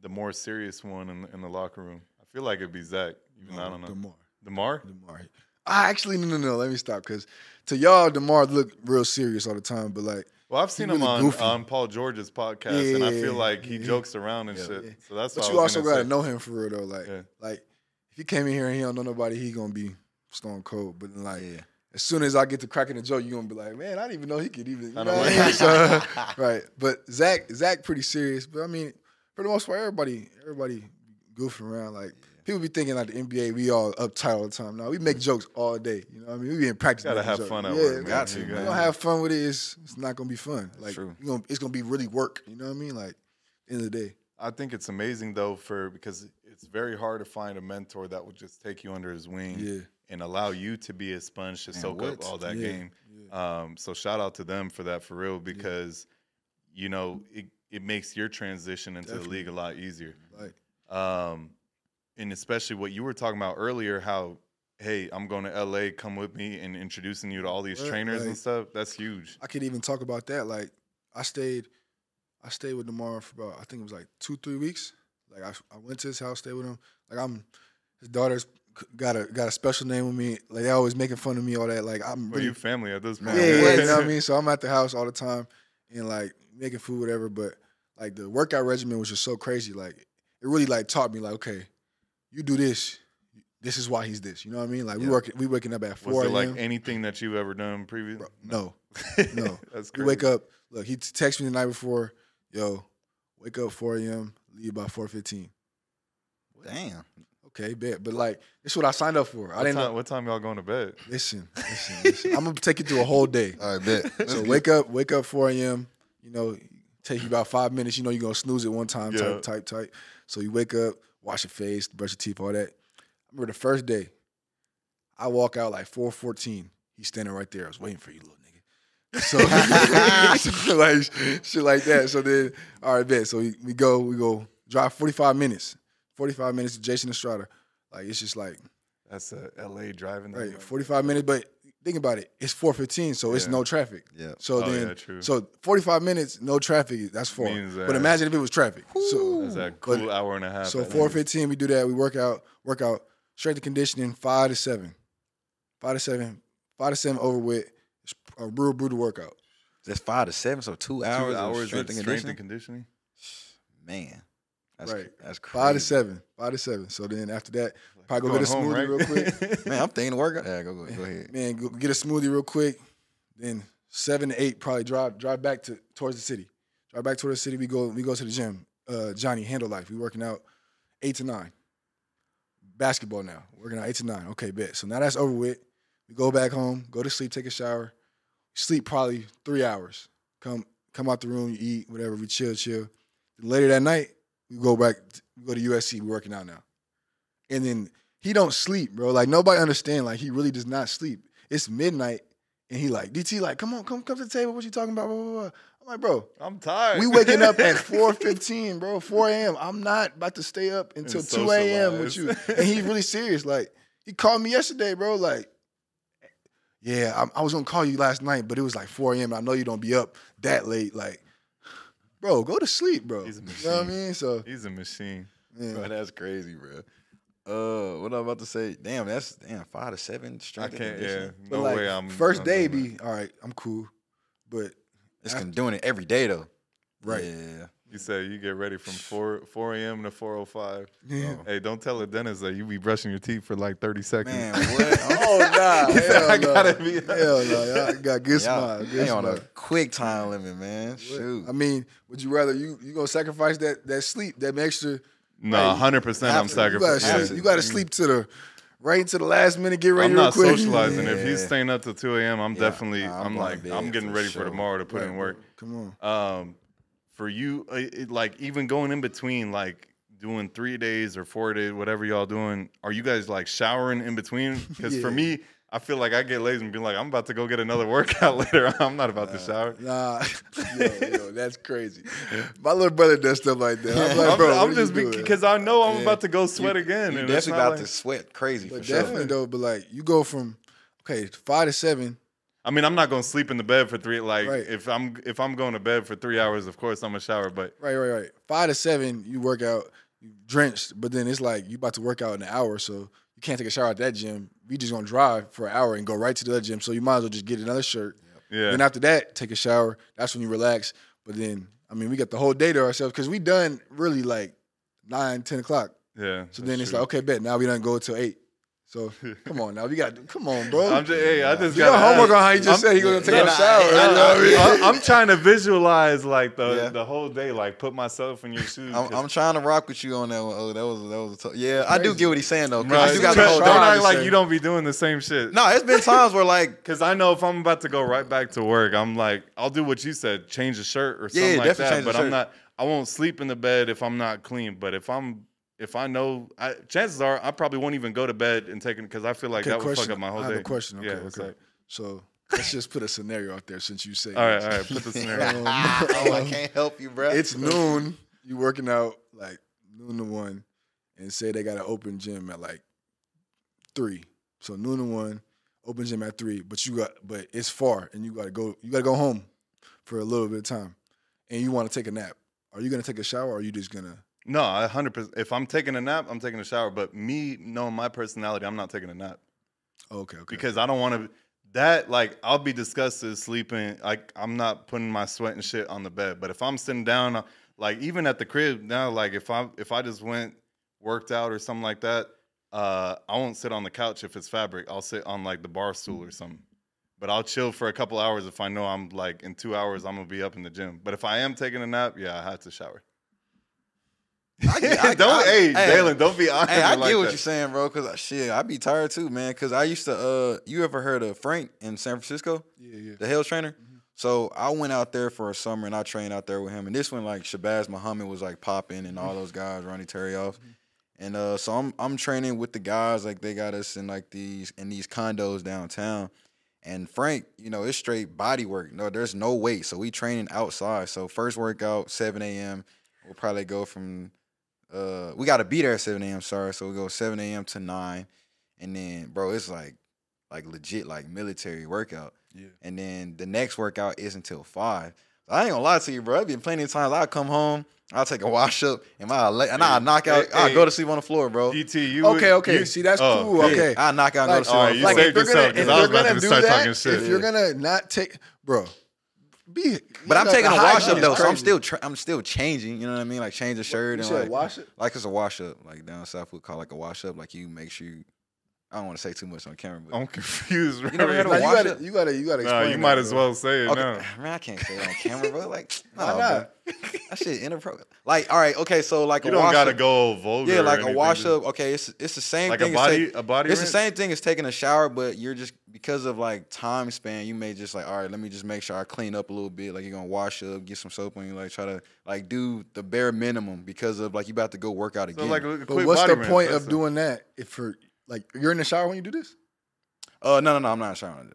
Speaker 2: the more serious one in, in the locker room? I feel like it'd be Zach. Even though I don't know.
Speaker 3: Demar.
Speaker 2: Demar?
Speaker 3: Demar. I actually no no no. Let me stop because to y'all Demar look real serious all the time, but like
Speaker 2: Well, I've seen
Speaker 3: really
Speaker 2: him on,
Speaker 3: goofy.
Speaker 2: on Paul George's podcast, and I
Speaker 3: Yeah,
Speaker 2: feel like he
Speaker 3: yeah.
Speaker 2: jokes around and
Speaker 1: Yeah.
Speaker 2: shit.
Speaker 3: Yeah.
Speaker 2: So that's
Speaker 3: but
Speaker 2: what
Speaker 3: you
Speaker 2: I was
Speaker 3: also
Speaker 2: gonna
Speaker 3: gotta
Speaker 2: say.
Speaker 3: know him for real though. Like
Speaker 2: Yeah.
Speaker 3: like if he came in here and he don't know nobody, he gonna be stone cold. But like
Speaker 1: Oh, Yeah.
Speaker 3: as soon as I get to cracking a joke, you gonna be like, man, I didn't even know he could even. You
Speaker 2: I
Speaker 3: know
Speaker 2: know
Speaker 3: what I
Speaker 2: what-
Speaker 3: mean? So, right, but Zach Zach pretty serious. But I mean, for the most part, everybody everybody goofing around. Like people be thinking like the NBA, we all uptight all the time. Now we make jokes all day. You know what I mean? We be in practice.
Speaker 2: Gotta
Speaker 3: making
Speaker 2: have
Speaker 3: jokes.
Speaker 2: fun at
Speaker 3: yeah,
Speaker 2: work, man.
Speaker 1: got to,
Speaker 2: You
Speaker 1: man.
Speaker 3: If you don't have fun with it, it's, it's not gonna be fun. Like
Speaker 1: true.
Speaker 3: you gonna, it's gonna be really work. You know what I mean? Like end of the day.
Speaker 2: I think it's amazing though for because it's very hard to find a mentor that will just take you under his wing
Speaker 3: Yeah.
Speaker 2: and allow you to be a sponge to
Speaker 1: Man,
Speaker 2: soak
Speaker 1: what?
Speaker 2: up all that
Speaker 3: Yeah,
Speaker 2: game. Um, so shout out to them for that for real because you know it, it makes your transition into the league a lot easier.
Speaker 3: Like
Speaker 2: Um, and especially what you were talking about earlier, how hey, I'm going to LA, come with me, and introducing you to all these
Speaker 3: Right,
Speaker 2: trainers and
Speaker 3: right.
Speaker 2: stuff. That's huge.
Speaker 3: I could even talk about that. Like I stayed, I stayed with Demar for about I think it was like two three weeks. Like I, I went to his house, stayed with him. Like I'm, his daughter's c- got a got a special name with me. Like they always making fun of me, all that. Like I'm
Speaker 2: Well,
Speaker 3: really
Speaker 2: you family at this
Speaker 1: Man,
Speaker 2: point.
Speaker 3: yeah, yeah,
Speaker 1: what?
Speaker 3: you know what I mean. So I'm at the house all the time and like making food, whatever. But like the workout regimen was just so crazy. Like it really like taught me like, okay, you do this. This is why he's this. You know what I mean? Like we
Speaker 1: Yeah.
Speaker 3: work, we waking up at four
Speaker 2: Was it
Speaker 3: a.m.
Speaker 2: like anything that you've ever done previously?
Speaker 3: Bro, no, no.
Speaker 2: That's
Speaker 3: you
Speaker 2: crazy.
Speaker 3: wake up. Look, he t- texted me the night before. Yo, wake up four a.m. Leave by four fifteen.
Speaker 1: Damn.
Speaker 3: Okay, bet. But like, this is what I signed up for. I
Speaker 2: What
Speaker 3: didn't
Speaker 2: time,
Speaker 3: know.
Speaker 2: what time y'all going to bed?
Speaker 3: Listen, listen, listen. I'm gonna take you through a whole day.
Speaker 1: All right, bet.
Speaker 3: So wake up, wake up 4 a.m. You know, take you about five minutes. You know, you're gonna snooze it one time,
Speaker 2: Yeah.
Speaker 3: type, type, type. So you wake up, wash your face, brush your teeth, all that. I remember the first day, I walk out like 4:14. He's standing right there. I was waiting for you, little nigga. So, so, like shit like that. So then, all right, bet. So we, we go, we go drive 45 minutes. 45 minutes to Jason Estrada. Like it's just like
Speaker 2: That's a LA driving.
Speaker 3: right, 45 minutes, but think about it. It's 4:15, so it's
Speaker 2: Yeah.
Speaker 3: no traffic.
Speaker 1: Yeah.
Speaker 3: So
Speaker 2: Oh,
Speaker 3: then,
Speaker 2: yeah, true.
Speaker 3: so 45 minutes, no traffic. That's four.
Speaker 2: Means that-
Speaker 3: But imagine if it was traffic.
Speaker 2: That's
Speaker 3: So,
Speaker 2: a
Speaker 3: But-
Speaker 2: cool hour and a half.
Speaker 3: so
Speaker 2: at
Speaker 3: 4:15, we do that. We work out, work out, strength and conditioning, five to seven, five to seven, five to seven over with. It's a real brutal workout.
Speaker 1: That's five to seven, so two
Speaker 2: least.
Speaker 1: hours,
Speaker 2: two hours
Speaker 1: of strength and
Speaker 2: strength
Speaker 1: conditioning.
Speaker 2: and conditioning.
Speaker 1: Man, that's
Speaker 3: Right.
Speaker 1: that's crazy.
Speaker 3: Five to seven, five to seven. So then after that, probably go get a
Speaker 2: Going home,
Speaker 3: smoothie real quick.
Speaker 2: right?
Speaker 1: Man, I'm thinking workout. Yeah, go go, go ahead.
Speaker 3: Man, go, get a smoothie real quick. Then seven to eight, probably drive drive back to towards the city. Drive back towards the city. We go we go to the gym. Uh, Johnny handle life. We working out eight to nine. Basketball now. Working out eight to nine. Okay, bet. So now that's over with. We go back home. Go to sleep. Take a shower. Sleep probably three hours. Come come out the room. You eat whatever. We chill chill. Later that night, we go back. We go to USC. We working out now. And then he don't sleep, bro. Like nobody understand. Like he really does not sleep. It's midnight, and he like DT like, come on, come come to the table. What you talking about? Blah, blah, blah. I'm I'm like, bro,
Speaker 2: I'm tired.
Speaker 3: we waking up at 4.15, bro, 4 a.m. I'm not about to stay up until 2 a.m. with you.
Speaker 2: socialize.
Speaker 3: And he's really serious. Like, he called me yesterday, bro, like, yeah, I, I was going to call you last night, but it was like 4 a.m. I know you don't be up that late. Like, bro, go to sleep, bro.
Speaker 2: He's a
Speaker 3: you know what I
Speaker 2: machine.
Speaker 3: mean? So,
Speaker 2: He's a machine.
Speaker 3: yeah.
Speaker 1: Bro, that's crazy, bro. Uh, what I'm about to say? Damn, that's damn five to seven
Speaker 2: I
Speaker 1: strength. and
Speaker 2: can't. Yeah,
Speaker 1: conditioning.
Speaker 3: But
Speaker 2: no
Speaker 3: like,
Speaker 2: way. I'm
Speaker 3: first
Speaker 2: I'm
Speaker 3: day
Speaker 2: doing that.
Speaker 3: be all right. I'm cool, but
Speaker 1: it's been doing it every day though.
Speaker 3: right,
Speaker 1: Yeah.
Speaker 2: You said you get ready from four four a.m. to four o five. Oh.
Speaker 3: yeah.
Speaker 2: Hey, don't tell the dentist that you be brushing your teeth for like thirty seconds.
Speaker 1: Man, what?
Speaker 3: Oh nah,
Speaker 2: He said,
Speaker 3: hell
Speaker 2: "I
Speaker 3: no.
Speaker 2: gotta be up."
Speaker 3: hell no, I got good smile,
Speaker 1: Y'all,
Speaker 3: good
Speaker 1: they on
Speaker 3: smile.
Speaker 1: a quick time limit, man. Shoot.
Speaker 3: I mean, would you rather you you gonna sacrifice that that sleep, that extra?
Speaker 2: no, hundred percent. I'm
Speaker 1: Have to-
Speaker 3: You
Speaker 1: Sacrifice.
Speaker 3: gotta, sleep,
Speaker 1: Yeah.
Speaker 2: sacrificing.
Speaker 3: you gotta sleep to the right into the last minute. Get ready
Speaker 2: I'm
Speaker 3: real
Speaker 2: not
Speaker 3: quick.
Speaker 2: socializing. If he's
Speaker 1: Yeah.
Speaker 2: staying up till two a.m., I'm
Speaker 1: Yeah,
Speaker 2: definitely.
Speaker 1: nah, I'm going
Speaker 2: I'm,
Speaker 1: to
Speaker 2: like.
Speaker 1: bed
Speaker 2: I'm getting
Speaker 1: for
Speaker 2: ready
Speaker 1: sure.
Speaker 2: for tomorrow to put in work.
Speaker 3: Come on,
Speaker 2: um for you uh, it, like even going in between like doing three days or four days whatever y'all doing are you guys like showering in between because for
Speaker 3: Yeah.
Speaker 2: me i feel like i get lazy and be like i'm about to go get another workout later i'm not about to shower
Speaker 3: nah, yo, yo, that's crazy. My little brother does stuff like that. I'm like,
Speaker 2: i'm,
Speaker 3: bro,
Speaker 2: I'm
Speaker 3: what are
Speaker 2: just
Speaker 3: you doing?
Speaker 2: because i know i'm
Speaker 1: Yeah.
Speaker 2: about to go sweat again
Speaker 1: you
Speaker 2: and it's
Speaker 1: definitely
Speaker 2: not
Speaker 1: about
Speaker 2: like-
Speaker 1: to sweat crazy
Speaker 3: But
Speaker 1: for sure.
Speaker 3: definitely though, but like you go from okay five to seven.
Speaker 2: i mean i'm not gonna sleep in the bed for three like
Speaker 3: Right.
Speaker 2: if i'm if i'm going to bed for three hours of course i'm gonna shower but
Speaker 3: Right, right, right. Five to seven, you work out, you drenched, but then it's like you about to work out in an hour, so you can't take a shower at that gym. You just gonna drive for an hour and go right to the other gym. So you might as well just get another shirt.
Speaker 2: yeah
Speaker 3: Then after that, take a shower. That's when you relax. But then, I mean, we got the whole day to ourselves because we done really like nine, ten o'clock.
Speaker 2: yeah
Speaker 3: So then it's like, okay, bet now we done go till eight. So come on now, we got come on, bro.
Speaker 2: i'm just hey i just
Speaker 3: Do your
Speaker 2: got
Speaker 3: homework on how you just
Speaker 2: I'm-
Speaker 3: said you gonna take
Speaker 1: No,
Speaker 3: a
Speaker 1: no,
Speaker 3: shower.
Speaker 1: I-
Speaker 3: you know what I mean?
Speaker 2: I, am trying to visualize like the,
Speaker 1: Yeah.
Speaker 2: the whole day, like put myself in your shoes.
Speaker 1: I'm,
Speaker 2: 'cause-
Speaker 1: I'm trying to rock with you on that one. Oh, that was that was a tough. Yeah, I do
Speaker 3: Crazy.
Speaker 1: get what he's saying though. 'cause
Speaker 2: Bruh,
Speaker 1: I do got
Speaker 2: don't
Speaker 1: the whole
Speaker 2: don't
Speaker 3: try
Speaker 1: time.
Speaker 2: act
Speaker 3: to
Speaker 2: like
Speaker 3: say-
Speaker 2: you don't be doing the same shit.
Speaker 1: No, it's been times where like
Speaker 2: Cause I know if I'm about to go right back to work, I'm like, I'll do what you said, change a shirt or something
Speaker 1: Yeah,
Speaker 2: like
Speaker 1: definitely
Speaker 2: that.
Speaker 1: change the
Speaker 2: But I'm
Speaker 1: shirt.
Speaker 2: not. I won't sleep in the bed if I'm not clean. But if I'm, if I know, I, chances are I probably won't even go to bed and take it because I feel like
Speaker 3: Okay,
Speaker 2: that would fuck
Speaker 3: question.
Speaker 2: up my whole
Speaker 3: I have
Speaker 2: day.
Speaker 3: a question. Okay,
Speaker 2: yeah,
Speaker 3: okay.
Speaker 2: it's like-
Speaker 3: So let's just put a scenario out there since you say.
Speaker 2: all right,
Speaker 3: this.
Speaker 2: all right. Put the scenario.
Speaker 1: oh, I can't help you, bro.
Speaker 3: It's noon. You working out like noon to one, and say they got an open gym at like three. So noon to one, open gym at three. But you got, but it's far, and you gotta go. You gotta go home for a little bit of time, and you want to take a nap. Are you gonna take a shower? or Are you just gonna?
Speaker 2: No, I hundred percent. If I'm taking a nap, I'm taking a shower. But me knowing my personality, I'm not taking a nap.
Speaker 3: oh, okay, okay.
Speaker 2: because I don't want to. That like I'll be disgusted sleeping. Like I'm not putting my sweat and shit on the bed. But if I'm sitting down, uh, like even at the crib now, like if I if I just went worked out or something like that, uh, I won't sit on the couch if it's fabric. I'll sit on like the bar stool or something. But I'll chill for a couple hours if I know I'm like in two hours I'm gonna be up in the gym. But if I am taking a nap, yeah, I have to shower.
Speaker 1: I-
Speaker 2: don't,
Speaker 1: I-
Speaker 2: hey,
Speaker 1: hey,
Speaker 2: Dalen, don't be honest.
Speaker 1: Hey, I
Speaker 2: like
Speaker 1: get what
Speaker 2: that.
Speaker 1: you're saying, bro. Cause I- shit, I be tired too, man. Cause I used to, uh, you ever heard of Frank in San Francisco,
Speaker 3: Yeah, yeah.
Speaker 1: the hell trainer? So I went out there for a summer and I trained out there with him. And this one, like Shabazz Muhammad was like popping and all those guys, Ronnie Terrioff. And uh, so I'm I'm training with the guys like they got us in like these in these condos downtown. And Frank, you know, it's straight body work. No, there's no weight. So we training outside. So first workout, 7 a.m. We'll probably go from uh we gotta be there at 7 a.m. Sorry. So we go 7 a.m. to 9. And then, bro, it's like like legit like military workout.
Speaker 3: Yeah.
Speaker 1: And then the next workout is until five. So I ain't gonna lie to you, bro. I've been plenty of times I'll come home, I'll take a wash up, and my ele- and I'll knock out,
Speaker 2: Hey,
Speaker 1: I'll
Speaker 2: hey.
Speaker 1: go to sleep on the floor, bro.
Speaker 2: DT, E you
Speaker 3: Okay,
Speaker 2: would-
Speaker 3: okay.
Speaker 2: you-
Speaker 3: See, that's
Speaker 2: oh,
Speaker 3: cool.
Speaker 2: yeah.
Speaker 3: Okay.
Speaker 1: I'll knock out and go to
Speaker 3: Like,
Speaker 1: sleep
Speaker 2: all
Speaker 1: on
Speaker 2: right,
Speaker 1: the
Speaker 2: you
Speaker 1: floor.
Speaker 2: saved
Speaker 3: if they're
Speaker 2: yourself, 'cause
Speaker 3: if
Speaker 2: I was
Speaker 3: they're
Speaker 2: about
Speaker 3: gonna
Speaker 2: to
Speaker 3: do
Speaker 2: start
Speaker 3: that,
Speaker 2: talking shit.
Speaker 3: If you're gonna not take, bro, be.
Speaker 1: But I'm taking a wash up though, so I'm still
Speaker 3: still.
Speaker 1: tra- I'm still changing. You know what I mean? Like change the shirt
Speaker 3: you
Speaker 1: and
Speaker 3: said
Speaker 1: like
Speaker 3: wash it?
Speaker 1: Like it's a wash up. Like down south we call like a wash up. Like you make sure you. I don't want to say too much on camera, but
Speaker 2: I'm confused. Right?
Speaker 1: You never had a
Speaker 3: Nah, you
Speaker 1: wash
Speaker 3: gotta,
Speaker 1: up?
Speaker 3: you gotta, you gotta.
Speaker 2: Nah,
Speaker 3: explain
Speaker 2: you
Speaker 3: that,
Speaker 2: might as
Speaker 3: bro.
Speaker 2: well say it
Speaker 1: okay,
Speaker 2: now.
Speaker 1: man, I can't say it on camera, bro. Like no,
Speaker 3: Why not?
Speaker 1: bro. that shit inappropriate. Like all right, okay, so like
Speaker 2: You
Speaker 1: a
Speaker 2: don't
Speaker 1: wash
Speaker 2: gotta
Speaker 1: up.
Speaker 2: go vulgar.
Speaker 1: Yeah,
Speaker 2: or
Speaker 1: like a
Speaker 2: anything,
Speaker 1: wash
Speaker 2: just-
Speaker 1: up. Okay, it's it's the same
Speaker 2: Like a
Speaker 1: thing. as
Speaker 2: body,
Speaker 1: take-
Speaker 2: a body.
Speaker 1: it's the
Speaker 2: rinse?
Speaker 1: same thing as taking a shower, but you're just because of like time span, you may just like, all right, let me just make sure I clean up a little bit. Like you're gonna wash up, get some soap on you, like try to like do the bare minimum because of like you about to go work out
Speaker 2: So
Speaker 1: again.
Speaker 2: like a
Speaker 3: But
Speaker 2: quick
Speaker 3: what's
Speaker 2: body
Speaker 3: the
Speaker 2: rinse,
Speaker 3: point
Speaker 2: that's
Speaker 3: of
Speaker 2: it.
Speaker 3: doing that if for like you're in the shower when you do this?
Speaker 1: uh, no, no, no, I'm not showering.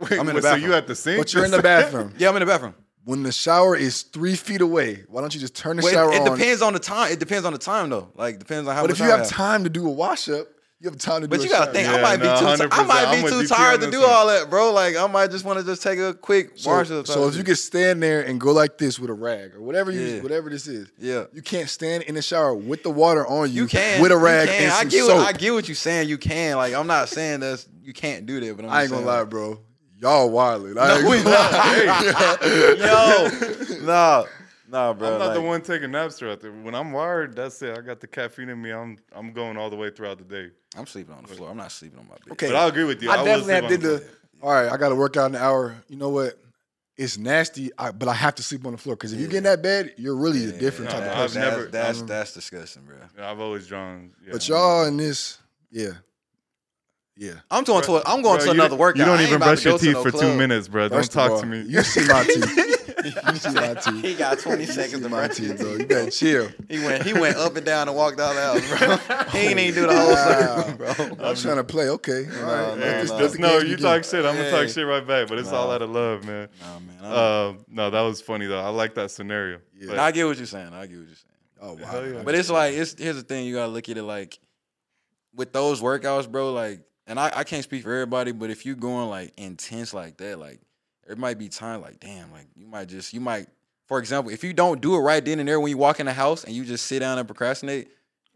Speaker 2: Wait,
Speaker 1: I'm in the
Speaker 2: wait, so
Speaker 1: bathroom.
Speaker 2: you at the sink?
Speaker 3: But you're in the bathroom.
Speaker 1: Yeah, I'm in the bathroom.
Speaker 3: when the shower is three feet away, why don't you just turn the
Speaker 1: Well,
Speaker 3: shower
Speaker 1: it, it
Speaker 3: on?
Speaker 1: depends on the time. It depends on the time though. Like depends on how
Speaker 3: But
Speaker 1: much
Speaker 3: if you
Speaker 1: time
Speaker 3: have time to do a wash up, you have time to do
Speaker 1: But
Speaker 3: a
Speaker 1: you gotta
Speaker 3: shower.
Speaker 1: think,
Speaker 2: Yeah,
Speaker 1: I might
Speaker 2: nah,
Speaker 1: be too. ti- I
Speaker 2: 100%.
Speaker 1: might
Speaker 2: I'm
Speaker 1: be
Speaker 2: with
Speaker 1: too
Speaker 2: DP on
Speaker 1: tired to
Speaker 2: this
Speaker 1: do
Speaker 2: one.
Speaker 1: all that, bro. Like I might just want to just take a quick wash.
Speaker 3: So,
Speaker 1: or
Speaker 3: so
Speaker 1: something.
Speaker 3: if you could stand there and go like this with a rag or whatever you
Speaker 1: Yeah.
Speaker 3: whatever this is,
Speaker 1: yeah.
Speaker 3: you can't stand in the shower with the water on you,
Speaker 1: You can
Speaker 3: with a rag
Speaker 1: you can.
Speaker 3: and
Speaker 1: I
Speaker 3: some
Speaker 1: get
Speaker 3: soap.
Speaker 1: What, I get what you're saying. You can. Like I'm not saying that you can't do that, but I'm
Speaker 3: I ain't
Speaker 1: just
Speaker 3: gonna
Speaker 1: saying,
Speaker 3: lie, bro. Y'all wildin'. I ain't
Speaker 1: we
Speaker 3: gonna
Speaker 1: not.
Speaker 3: lie.
Speaker 1: Yo, nah, nah, bro.
Speaker 2: I'm not the
Speaker 1: like-
Speaker 2: one taking naps throughout the When I'm wired, that's it. I got the caffeine in me. I'm I'm going all the way throughout the day.
Speaker 1: I'm sleeping on the floor. I'm not sleeping on my bed.
Speaker 3: Okay.
Speaker 2: But I agree with you.
Speaker 3: I,
Speaker 2: will
Speaker 3: definitely
Speaker 2: sleep
Speaker 3: have
Speaker 2: on
Speaker 3: did the. All right, I got to work out in an hour. You know what? It's nasty, I, but I have to sleep on the floor because if you get in that bed, you're really a different
Speaker 2: Yeah,
Speaker 3: type of
Speaker 2: I've
Speaker 3: person.
Speaker 2: never-
Speaker 1: That's that's, that's disgusting, bro.
Speaker 2: floor. I've always drawn. Yeah.
Speaker 3: But y'all in this, yeah, yeah.
Speaker 1: I'm going to. A, I'm going
Speaker 2: Bro,
Speaker 1: to
Speaker 2: you-
Speaker 1: another workout.
Speaker 2: You
Speaker 1: I
Speaker 2: don't
Speaker 1: ain't
Speaker 2: even
Speaker 1: about to
Speaker 2: brush your
Speaker 1: go to
Speaker 2: teeth
Speaker 1: no
Speaker 2: for two
Speaker 1: club.
Speaker 2: minutes, bro.
Speaker 3: First
Speaker 2: don't
Speaker 3: of
Speaker 2: talk
Speaker 3: all,
Speaker 2: to me.
Speaker 3: You see my teeth. you see my teeth.
Speaker 1: He got 20
Speaker 3: You
Speaker 1: seconds
Speaker 3: see
Speaker 1: to
Speaker 3: my
Speaker 1: brush his
Speaker 3: teeth, though. You better chill.
Speaker 1: He went he went up and down and walked out of the house, bro. he ain't even do the whole circle, bro.
Speaker 3: I'm trying to play. Okay, all right.
Speaker 1: no,
Speaker 3: let this-
Speaker 1: no.
Speaker 3: let
Speaker 2: Just
Speaker 3: the
Speaker 2: know
Speaker 3: games
Speaker 2: you
Speaker 3: begin.
Speaker 2: talk shit. I'm gonna
Speaker 1: Hey.
Speaker 2: talk shit right back. But it's all
Speaker 1: Nah.
Speaker 2: out of love, man.
Speaker 1: Nah, man. I,
Speaker 2: Uh, no, that was funny though. I like that scenario.
Speaker 3: Yeah.
Speaker 2: But-
Speaker 1: I get what you're saying. I get what you're saying.
Speaker 3: Oh
Speaker 2: Hell yeah.
Speaker 3: wow.
Speaker 1: But it's like it's here's the thing. You gotta look at it like with those workouts, bro. Like, and I, I can't speak for everybody, but if you going like intense like that, like there might be time like damn, like you might just you might. For example, if you don't do it right then and there when you walk in the house and you just sit down and procrastinate,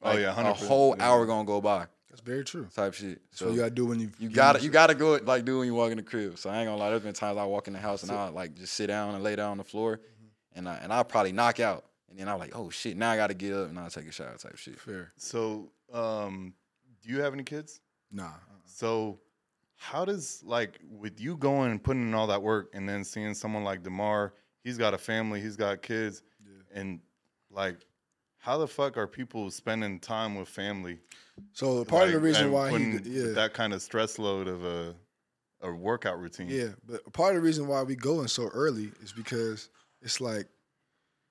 Speaker 2: Oh,
Speaker 1: like,
Speaker 2: yeah,
Speaker 1: a
Speaker 2: 100%.
Speaker 1: whole
Speaker 2: Yeah.
Speaker 1: hour gonna go by
Speaker 3: That's very true.
Speaker 1: type shit.
Speaker 3: So you gotta do when you
Speaker 1: You gotta you gotta go like do when you walk in the crib. So I ain't gonna lie, there's been times I walk in the house and I like just sit down and lay down on the floor, and I and I probably knock out, and then I'm like, oh shit, now I gotta get up and I take a shower type shit.
Speaker 3: fair.
Speaker 2: So, um, do you have any kids?
Speaker 3: Nah.
Speaker 2: So, how does like with you going and putting in all that work, and then seeing someone like Demar, he's got a family, he's got kids, and like, how the fuck are people spending time with family?
Speaker 3: So part of the
Speaker 2: Like,
Speaker 3: reason
Speaker 2: and
Speaker 3: why he
Speaker 2: putting
Speaker 3: d- yeah
Speaker 2: that kind of stress load of a a workout routine.
Speaker 3: yeah, but part of the reason why we going so early is because it's like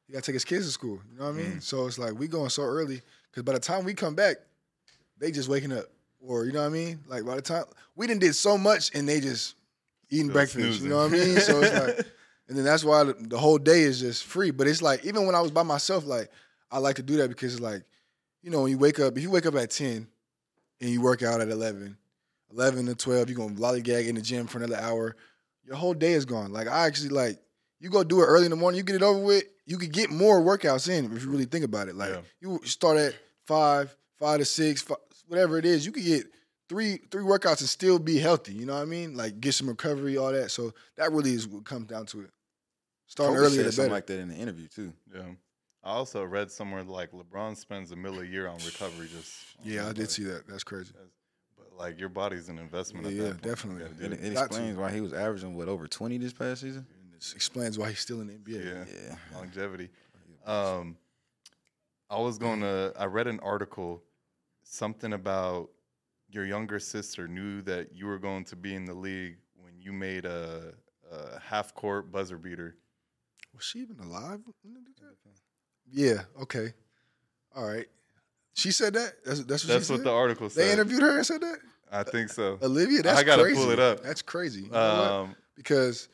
Speaker 3: you gotta take his kids to school. You know what I mean? So it's like we going so early because by the time we come back, they just waking up, or you know what I mean? Like by the time we didn't did so much and they just eating
Speaker 2: Still
Speaker 3: breakfast.
Speaker 2: snoozing.
Speaker 3: You know what I mean? So it's like. And then that's why the, the whole day is just free. But it's like even when I was by myself, like I like to do that because it's like, you know, when you wake up, if you wake up at ten and you work out at 11, 11 to twelve, you're gonna lollygag in the gym for another hour. Your whole day is gone. Like I actually like you go do it early in the morning, you get it over with. You could get more workouts in if you really think about it. Like
Speaker 2: Yeah.
Speaker 3: you start at five, five to six, fi- whatever it is, you could get three three workouts and still be healthy. You know what I mean? Like get some recovery, all that. So that really is what comes down to it. Starting
Speaker 1: Kobe
Speaker 3: earlier,
Speaker 1: said
Speaker 3: the
Speaker 1: something
Speaker 3: better.
Speaker 1: like that in the interview too.
Speaker 2: Yeah. I also read somewhere like LeBron spends a mill a year on recovery. Just on
Speaker 3: yeah, I
Speaker 2: that,
Speaker 3: did
Speaker 2: like-
Speaker 3: see that. That's crazy.
Speaker 2: But like your body's an investment.
Speaker 3: Yeah,
Speaker 2: at
Speaker 3: yeah,
Speaker 2: that point.
Speaker 3: definitely.
Speaker 2: You gotta
Speaker 1: It,
Speaker 2: do it.
Speaker 1: it
Speaker 3: Got to.
Speaker 1: explains why he was averaging what over 20 this past season.
Speaker 3: And this explains why he's still in the NBA.
Speaker 2: Yeah.
Speaker 1: Yeah,
Speaker 2: longevity. Um, I was going to. I read an article, something about your younger sister knew that you were going to be in the league when you made a, a half court buzzer beater.
Speaker 3: Was she even alive? when they did that? Yeah. Okay. All right. She said that. That's, that's what
Speaker 2: That's
Speaker 3: she
Speaker 2: what
Speaker 3: said.
Speaker 2: the article
Speaker 3: they
Speaker 2: said.
Speaker 3: interviewed her and said that.
Speaker 2: I think so.
Speaker 3: Olivia, that's
Speaker 2: I gotta
Speaker 3: crazy.
Speaker 2: pull it up.
Speaker 3: That's crazy. You know what?
Speaker 2: Um,
Speaker 3: because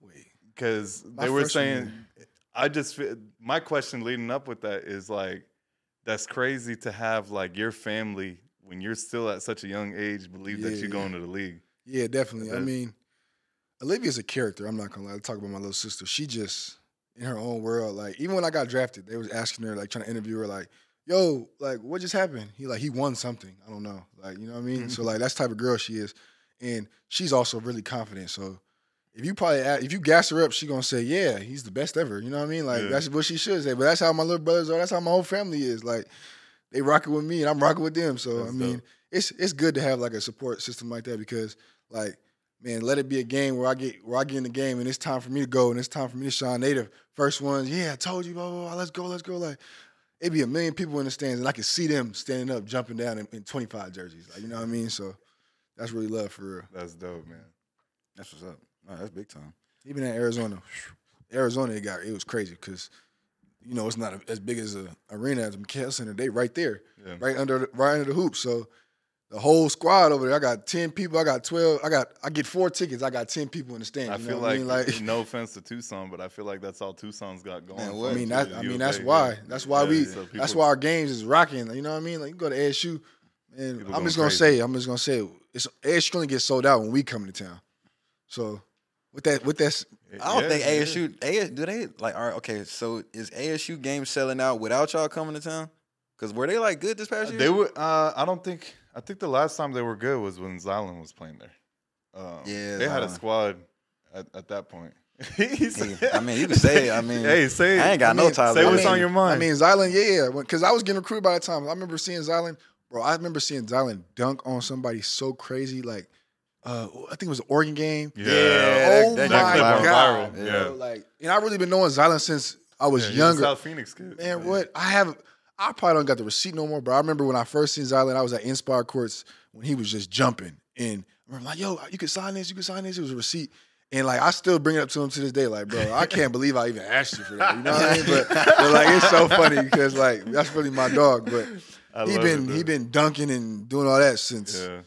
Speaker 3: wait,
Speaker 2: because
Speaker 3: My
Speaker 2: they were
Speaker 3: freshman
Speaker 2: saying
Speaker 3: year.
Speaker 2: i just fe- my question leading up with that is like that's crazy to have like your family when you're still at such a young age believe that
Speaker 3: Yeah.
Speaker 2: you're going to the league
Speaker 3: Yeah, definitely. I
Speaker 2: That-
Speaker 3: mean, Olivia's a character. I'm not gonna lie. I'll talk about my little sister. She just in her own world. Like even when I got drafted, they was asking her, like trying to interview her, like, "Yo, like what just happened?" He like he won something. I don't know. Like you know what I mean. so like that's the type of girl she is, and she's also really confident. So if you probably a- if you gas her up, she gonna say, "Yeah, he's the best ever." You know what I mean? Like
Speaker 2: Yeah.
Speaker 3: that's what she should say. But that's how my little brothers are. That's how my whole family is. Like they rocking with me, and I'm rocking with them. So I
Speaker 2: That's
Speaker 3: mean,
Speaker 2: dope.
Speaker 3: it's it's good to have like a support system like that because like man, let it be a game where I get where I get in the game and it's time for me to go and it's time for me to shine. Native first ones, yeah, I told you, blah blah blah. Let's go, let's go. Like it'd be a million people in the stands, and I could see them standing up, jumping down in, in 25 jerseys. Like you know what I mean? So that's really love for real.
Speaker 2: that's dope man
Speaker 1: that's what's up. No, that's big time.
Speaker 3: even at Arizona, Arizona it got it was crazy because you know it's not a, as big as a arena as McHale Center. They right there,
Speaker 2: Yeah.
Speaker 3: right under the- right under the hoop. So the whole squad over there. I got ten people. I got twelve. I got I get four tickets. I got ten people in the stand.
Speaker 2: I
Speaker 3: you
Speaker 2: feel
Speaker 3: know what
Speaker 2: like,
Speaker 3: I mean?
Speaker 2: no offense to Tucson, but I feel like that's all Tucson's got going.
Speaker 1: Man,
Speaker 2: for
Speaker 1: what-
Speaker 3: I
Speaker 2: it,
Speaker 3: mean
Speaker 2: too,
Speaker 3: that.
Speaker 2: is
Speaker 3: I
Speaker 2: U of
Speaker 3: mean that's
Speaker 2: A,
Speaker 3: why.
Speaker 2: man.
Speaker 3: That's why
Speaker 2: Yeah,
Speaker 3: we.
Speaker 2: so
Speaker 3: that's
Speaker 2: people-
Speaker 3: why our games is rocking. Like, you know what I mean? Like you go to ASU, and
Speaker 2: People
Speaker 3: I'm
Speaker 2: going
Speaker 3: just gonna
Speaker 2: crazy.
Speaker 3: say I'm just gonna say it's ASU only gets sold out when we come to town. So with that with that s-
Speaker 1: I don't
Speaker 2: Yeah,
Speaker 1: think
Speaker 2: yeah.
Speaker 1: ASU. AS, do they like? All right, okay. So is ASU game selling out without y'all coming to town? Because were they like good this past year?
Speaker 2: They were. Uh, I don't think. I think the last time they were good was when Zylan was playing there. Um,
Speaker 1: Yeah,
Speaker 2: they had a
Speaker 1: Zylan.
Speaker 2: squad at, at that point. He's-
Speaker 1: Hey, I mean, you can say it, I mean,
Speaker 2: hey, say it.
Speaker 1: I ain't got
Speaker 3: I mean,
Speaker 1: no time.
Speaker 2: say
Speaker 1: for
Speaker 2: what's
Speaker 1: that.
Speaker 2: on your
Speaker 3: I
Speaker 2: mind.
Speaker 3: mean Zylan, yeah, yeah. Because I was getting recruited by the time. I remember seeing Zylan, bro. I remember seeing Zylan dunk on somebody so crazy. Like uh, I think it was the Oregon game.
Speaker 2: yeah,
Speaker 1: Yeah,
Speaker 3: oh
Speaker 1: that- that
Speaker 3: my
Speaker 1: clip went
Speaker 3: god,
Speaker 2: viral.
Speaker 3: bro.
Speaker 2: Yeah.
Speaker 3: Like, and I really been knowing Zylan since I was
Speaker 2: Yeah, he's a
Speaker 3: younger.
Speaker 2: South Phoenix kid.
Speaker 3: Man, what I have, I probably don't got the receipt no more. But I remember when I first seen Zylan, I was at Inspire Courts when he was just jumping, and I'm like, "Yo, you can sign this, you can sign this." It was a receipt, and like I still bring it up to him to this day. Like, bro, I can't believe I even asked you for that. You know what I mean? But, but, like, it's so funny because like that's really my dog. But
Speaker 2: I
Speaker 3: he
Speaker 2: love
Speaker 3: been
Speaker 2: it,
Speaker 3: he
Speaker 2: though.
Speaker 3: been dunking and doing all that since
Speaker 2: Yeah.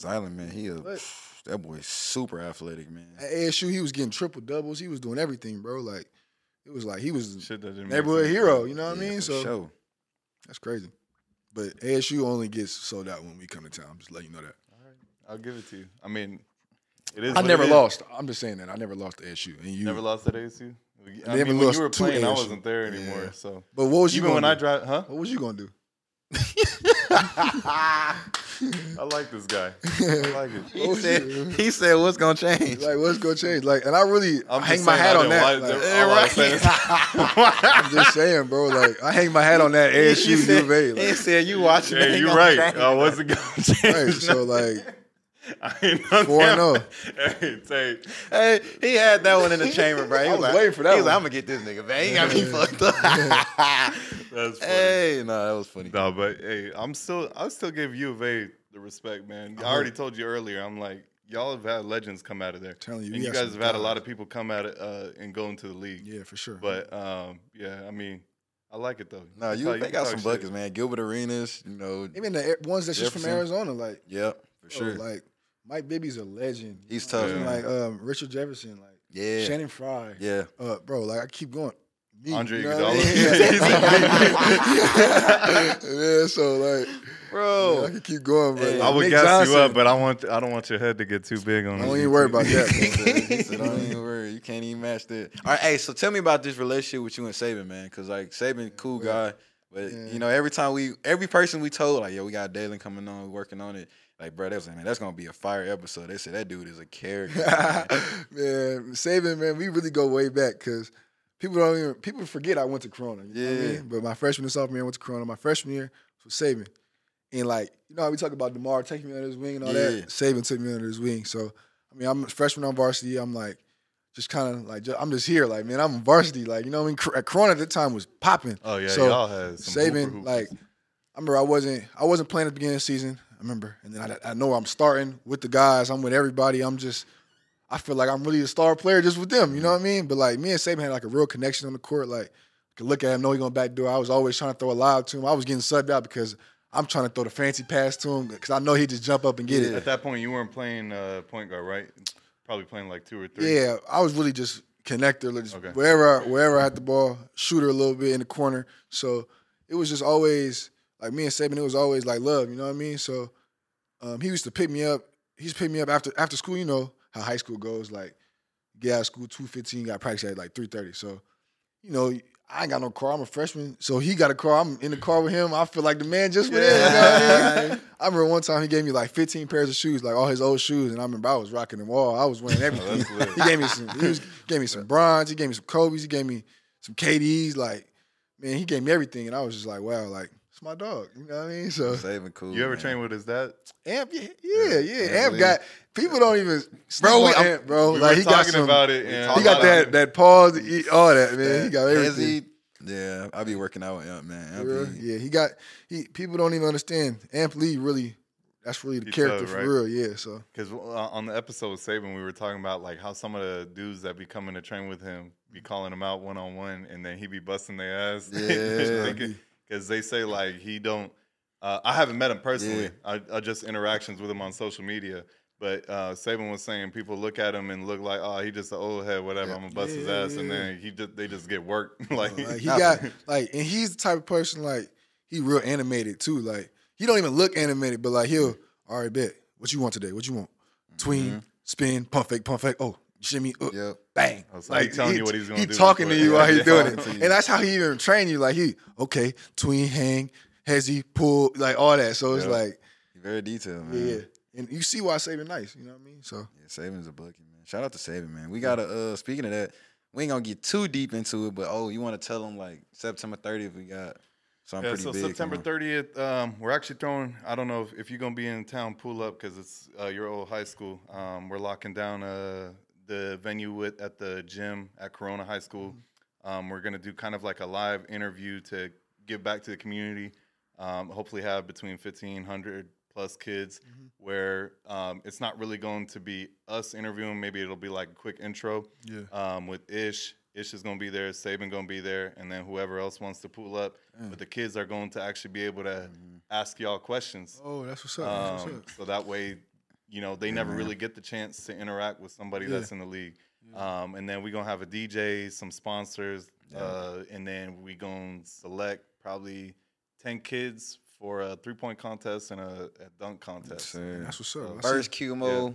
Speaker 1: Zylan, man, he a,
Speaker 3: What?
Speaker 1: that boy is super athletic, man.
Speaker 3: at ASU. He was getting triple doubles. He was doing everything, bro. Like it was like he was
Speaker 2: Shit that didn't make
Speaker 3: neighborhood
Speaker 2: sense.
Speaker 3: hero. You know what I
Speaker 1: Yeah,
Speaker 3: mean?
Speaker 1: for
Speaker 3: So.
Speaker 1: sure.
Speaker 3: That's crazy. But ASU only gets sold out when we come to town. I'm just letting you know that.
Speaker 2: I'll give it to you. I mean, it is.
Speaker 3: I
Speaker 2: what it
Speaker 3: never
Speaker 2: is.
Speaker 3: lost. I'm just saying that. I never lost to ASU. And you
Speaker 2: Never lost at ASU. I
Speaker 3: Never
Speaker 2: mean, when
Speaker 3: lost
Speaker 2: you were
Speaker 3: to
Speaker 2: playing, I
Speaker 3: ASU.
Speaker 2: wasn't there anymore.
Speaker 3: Yeah.
Speaker 2: So
Speaker 3: But what was you
Speaker 2: even when
Speaker 3: gonna
Speaker 2: I
Speaker 3: do?
Speaker 2: drive, huh?
Speaker 3: What was you gonna do?
Speaker 2: I like this guy. I like it.
Speaker 1: He
Speaker 3: was
Speaker 1: said, he said, what's gonna change?
Speaker 3: Like what's gonna change? Like and I really
Speaker 2: I'm
Speaker 3: hang
Speaker 2: just
Speaker 3: my
Speaker 2: saying
Speaker 3: hat
Speaker 2: I
Speaker 3: on
Speaker 2: didn't
Speaker 3: that.
Speaker 2: like-
Speaker 3: Like,
Speaker 2: all I'm saying
Speaker 3: I'm just saying, bro. Like I hang my hat on that
Speaker 1: He
Speaker 3: ASU
Speaker 1: said-
Speaker 3: duvet.
Speaker 1: he
Speaker 3: Like,
Speaker 1: said, you watching?
Speaker 2: Hey,
Speaker 1: ain't
Speaker 2: you're
Speaker 1: gonna
Speaker 2: right. Uh,
Speaker 1: change.
Speaker 2: I wasn't gonna change.
Speaker 3: right, so like
Speaker 2: I
Speaker 3: Four and oh.
Speaker 2: Hey, Tate.
Speaker 1: Hey, he had that one in the chamber, bro. He
Speaker 3: I was waiting for that
Speaker 1: He was like, I'm
Speaker 3: one.
Speaker 1: gonna get this nigga, man. He got me fucked up.
Speaker 2: That's funny.
Speaker 1: hey, no, that was funny.
Speaker 2: No, but hey, I'm still I still give U of A the respect, man. I already told you earlier. I'm like, y'all have had legends come out of there.
Speaker 3: Telling you,
Speaker 2: and
Speaker 3: we
Speaker 2: you
Speaker 3: got
Speaker 2: guys have
Speaker 3: some
Speaker 2: had a lot
Speaker 3: guys.
Speaker 2: of people come out of, uh, and go into the league.
Speaker 3: Yeah, for sure.
Speaker 2: But um, yeah, I mean, I like it though.
Speaker 1: No,
Speaker 2: That's
Speaker 1: you
Speaker 2: how
Speaker 1: they
Speaker 2: can
Speaker 1: got
Speaker 2: talk
Speaker 1: some
Speaker 2: shit.
Speaker 1: buckets, man. Gilbert Arenas, you know.
Speaker 3: even the air- ones that's just from
Speaker 1: Jefferson.
Speaker 3: Arizona, like
Speaker 1: Yep, for
Speaker 3: bro,
Speaker 1: sure.
Speaker 3: Oh, like Mike Bibby's a legend. You
Speaker 1: He's
Speaker 3: know what
Speaker 1: tough,
Speaker 3: I mean?
Speaker 2: man.
Speaker 3: Like um, Richard Jefferson, like
Speaker 1: yeah,
Speaker 3: Shannon Fry.
Speaker 1: yeah.
Speaker 3: Uh, bro, like I keep going. Me,
Speaker 2: Andre
Speaker 3: you know what I
Speaker 2: Iguodala.
Speaker 3: mean? yeah, so like,
Speaker 1: Bro,
Speaker 3: I can keep going, but
Speaker 1: Hey,
Speaker 2: Oh. I would
Speaker 3: Nick
Speaker 2: gas you
Speaker 3: Johnson,
Speaker 2: up, but I want I don't want your head to get too big on.
Speaker 3: Don't
Speaker 2: this
Speaker 3: even worry
Speaker 1: Oh,
Speaker 3: about
Speaker 2: YouTube.
Speaker 3: that.
Speaker 1: He said, "Don't even worry, you can't even match that." All right, hey, so tell me about this relationship with you and Saban, man, because like Saban, cool guy, but
Speaker 3: Yeah.
Speaker 1: you know, every time we, every person we told, like, yo, we got Dalen coming on, we working on it, like, bro, they was like, man, that's gonna be a fire episode. They said that dude is a character. man."
Speaker 3: man, saving man, we really go way back because people don't even people forget I went to Corona. You know what I
Speaker 1: Yeah.
Speaker 3: mean? But my freshman and sophomore year, I went to Corona. My freshman year was saving, and like you know, how we talk about Demar taking me under his wing and all
Speaker 1: Yeah.
Speaker 3: that. Saving took me under his wing. So I mean, I'm a freshman on varsity. I'm like. Just kind of like just, I'm just here, like man, I'm on varsity, like you know what I mean. Cor- Corona at the time was popping.
Speaker 2: Oh yeah,
Speaker 3: So,
Speaker 2: y'all had some hooper
Speaker 3: Saving
Speaker 2: hoopers.
Speaker 3: like I remember I wasn't I wasn't playing at the beginning of the season. I remember, and then I, I know I'm starting with the guys. I'm with everybody. I'm just I feel like I'm really a star player just with them. You know what I mean? But like me and Saban had like a real connection on the court. Like I could look at him, know he gonna backdoor. I was always trying to throw a lob to him. I was getting subbed out because I'm trying to throw the fancy pass to him because I know he just jump up and get it.
Speaker 2: at that point, you weren't playing uh, point guard, right? Probably playing like two or three.
Speaker 3: Yeah, I was really just connector, like, just
Speaker 2: Okay.
Speaker 3: wherever wherever I had the ball, shooter a little bit in the corner. So it was just always like me and Saban. It was always like love, you know what I mean? So um, he used to pick me up. He used to pick me up after after school. You know how high school goes. Like get out of school two fifteen, got practice at like three thirty. So you know. I ain't got no car. I'm a freshman, so he got a car. I'm in the car with him. I feel like the man just with him. You know what I mean? I remember one time he gave me like 15 pairs of shoes, like all his old shoes, and I remember I was rocking them all. I was wearing everything.
Speaker 2: Oh, that's lit.
Speaker 3: he gave me some. He was, gave me some bronze. He gave me some Kobe's. He gave me some KDs. Like, man, he gave me everything, and I was just like, wow, like it's my dog. You know what I mean? So,
Speaker 1: Saban, cool.
Speaker 2: You ever
Speaker 1: man.
Speaker 2: train with his dad?
Speaker 3: Amp, yeah,
Speaker 1: Yeah,
Speaker 3: yeah, yeah. Amp
Speaker 1: man.
Speaker 3: got people don't even sleep
Speaker 1: Bro,
Speaker 3: on
Speaker 1: we- I'm-
Speaker 3: Amp, bro.
Speaker 2: we
Speaker 3: Oh, like
Speaker 2: were
Speaker 3: he got
Speaker 2: talking
Speaker 3: some.
Speaker 2: about it. And
Speaker 3: he got that that pause, he- all that man. he got
Speaker 1: That
Speaker 3: everything.
Speaker 1: Hezzy, yeah, I be working out with him, man. I
Speaker 3: For real?
Speaker 1: be-
Speaker 3: Yeah, he got he. People don't even understand. Amp Lee really, that's really the
Speaker 2: He
Speaker 3: character
Speaker 2: tough,
Speaker 3: for
Speaker 2: right?
Speaker 3: real. Yeah, so
Speaker 2: Because uh, on the episode with Saban, we were talking about like how some of the dudes that be coming to train with him be calling him out one on one, and then he be busting their ass.
Speaker 1: Yeah.
Speaker 2: Because they say like he don't. uh, Uh, I haven't met him personally.
Speaker 1: Yeah.
Speaker 2: I, I just interactions with him on social media. But uh, Saban was saying people look at him and look like, oh, he just an old head, whatever.
Speaker 1: Yeah.
Speaker 2: I'm gonna bust his
Speaker 3: Yeah,
Speaker 2: ass,
Speaker 3: yeah,
Speaker 2: and
Speaker 3: yeah.
Speaker 2: then he just they just get worked. like,
Speaker 3: Like he
Speaker 1: Nah.
Speaker 3: got like, and he's the type of person like he real animated too. Like he don't even look animated, but like he'll all right, bet what you want today? What you want?
Speaker 2: Mm-hmm.
Speaker 3: Tween, spin, pump fake, pump fake. Oh, shimmy, uh,
Speaker 1: Yep.
Speaker 3: bang!
Speaker 2: Oh, so he telling you what he's gonna
Speaker 3: he
Speaker 2: do
Speaker 3: talking to
Speaker 2: before-
Speaker 3: you
Speaker 2: yeah,
Speaker 3: while he's
Speaker 2: yeah.
Speaker 3: doing it,
Speaker 1: Talking
Speaker 3: and
Speaker 1: to you.
Speaker 3: that's how he even train you. Like he okay, tween, hang, hezzy, pull, like all that. So it's
Speaker 2: Yeah.
Speaker 3: like
Speaker 1: He very detailed, man.
Speaker 3: yeah, and you see why saving nice. You know what I mean? So
Speaker 1: Yeah, Saban's a bucket, man. Shout out to Saban, man. We gotta uh speaking of that, we ain't gonna get too deep into it, but oh, you wanna tell them like September 30th we got something
Speaker 2: yeah,
Speaker 1: pretty
Speaker 2: so
Speaker 1: big.
Speaker 2: September
Speaker 1: coming.
Speaker 2: 30th, um, we're actually throwing. I don't know if, if you're gonna be in town, pull up because it's uh, your old high school. Um, we're locking down uh, the venue with at the gym at Corona High School.
Speaker 1: Mm-hmm.
Speaker 2: Um, we're gonna do kind of like a live interview to give back to the community. Um, hopefully, have between 1,500 plus kids,
Speaker 1: Mm-hmm.
Speaker 2: where um, it's not really going to be us interviewing. Maybe it'll be like a quick intro
Speaker 3: yeah,
Speaker 2: um, with Ish. Ish is gonna be there. Saban gonna be there, and then whoever else wants to pull up.
Speaker 3: Mm.
Speaker 2: But the kids are going to actually be able to ask y'all questions.
Speaker 3: oh that's what's up. that's what's
Speaker 2: Um,
Speaker 3: up.
Speaker 2: so that way, you know, they never really get the chance to interact with somebody
Speaker 3: Yeah.
Speaker 2: that's in the league. Um, and then we're gonna have a DJ, some sponsors, uh, and then we gonna select probably ten kids for a three point contest and a, a dunk contest.
Speaker 1: Sir.
Speaker 3: That's what's up. I see-
Speaker 1: First QMO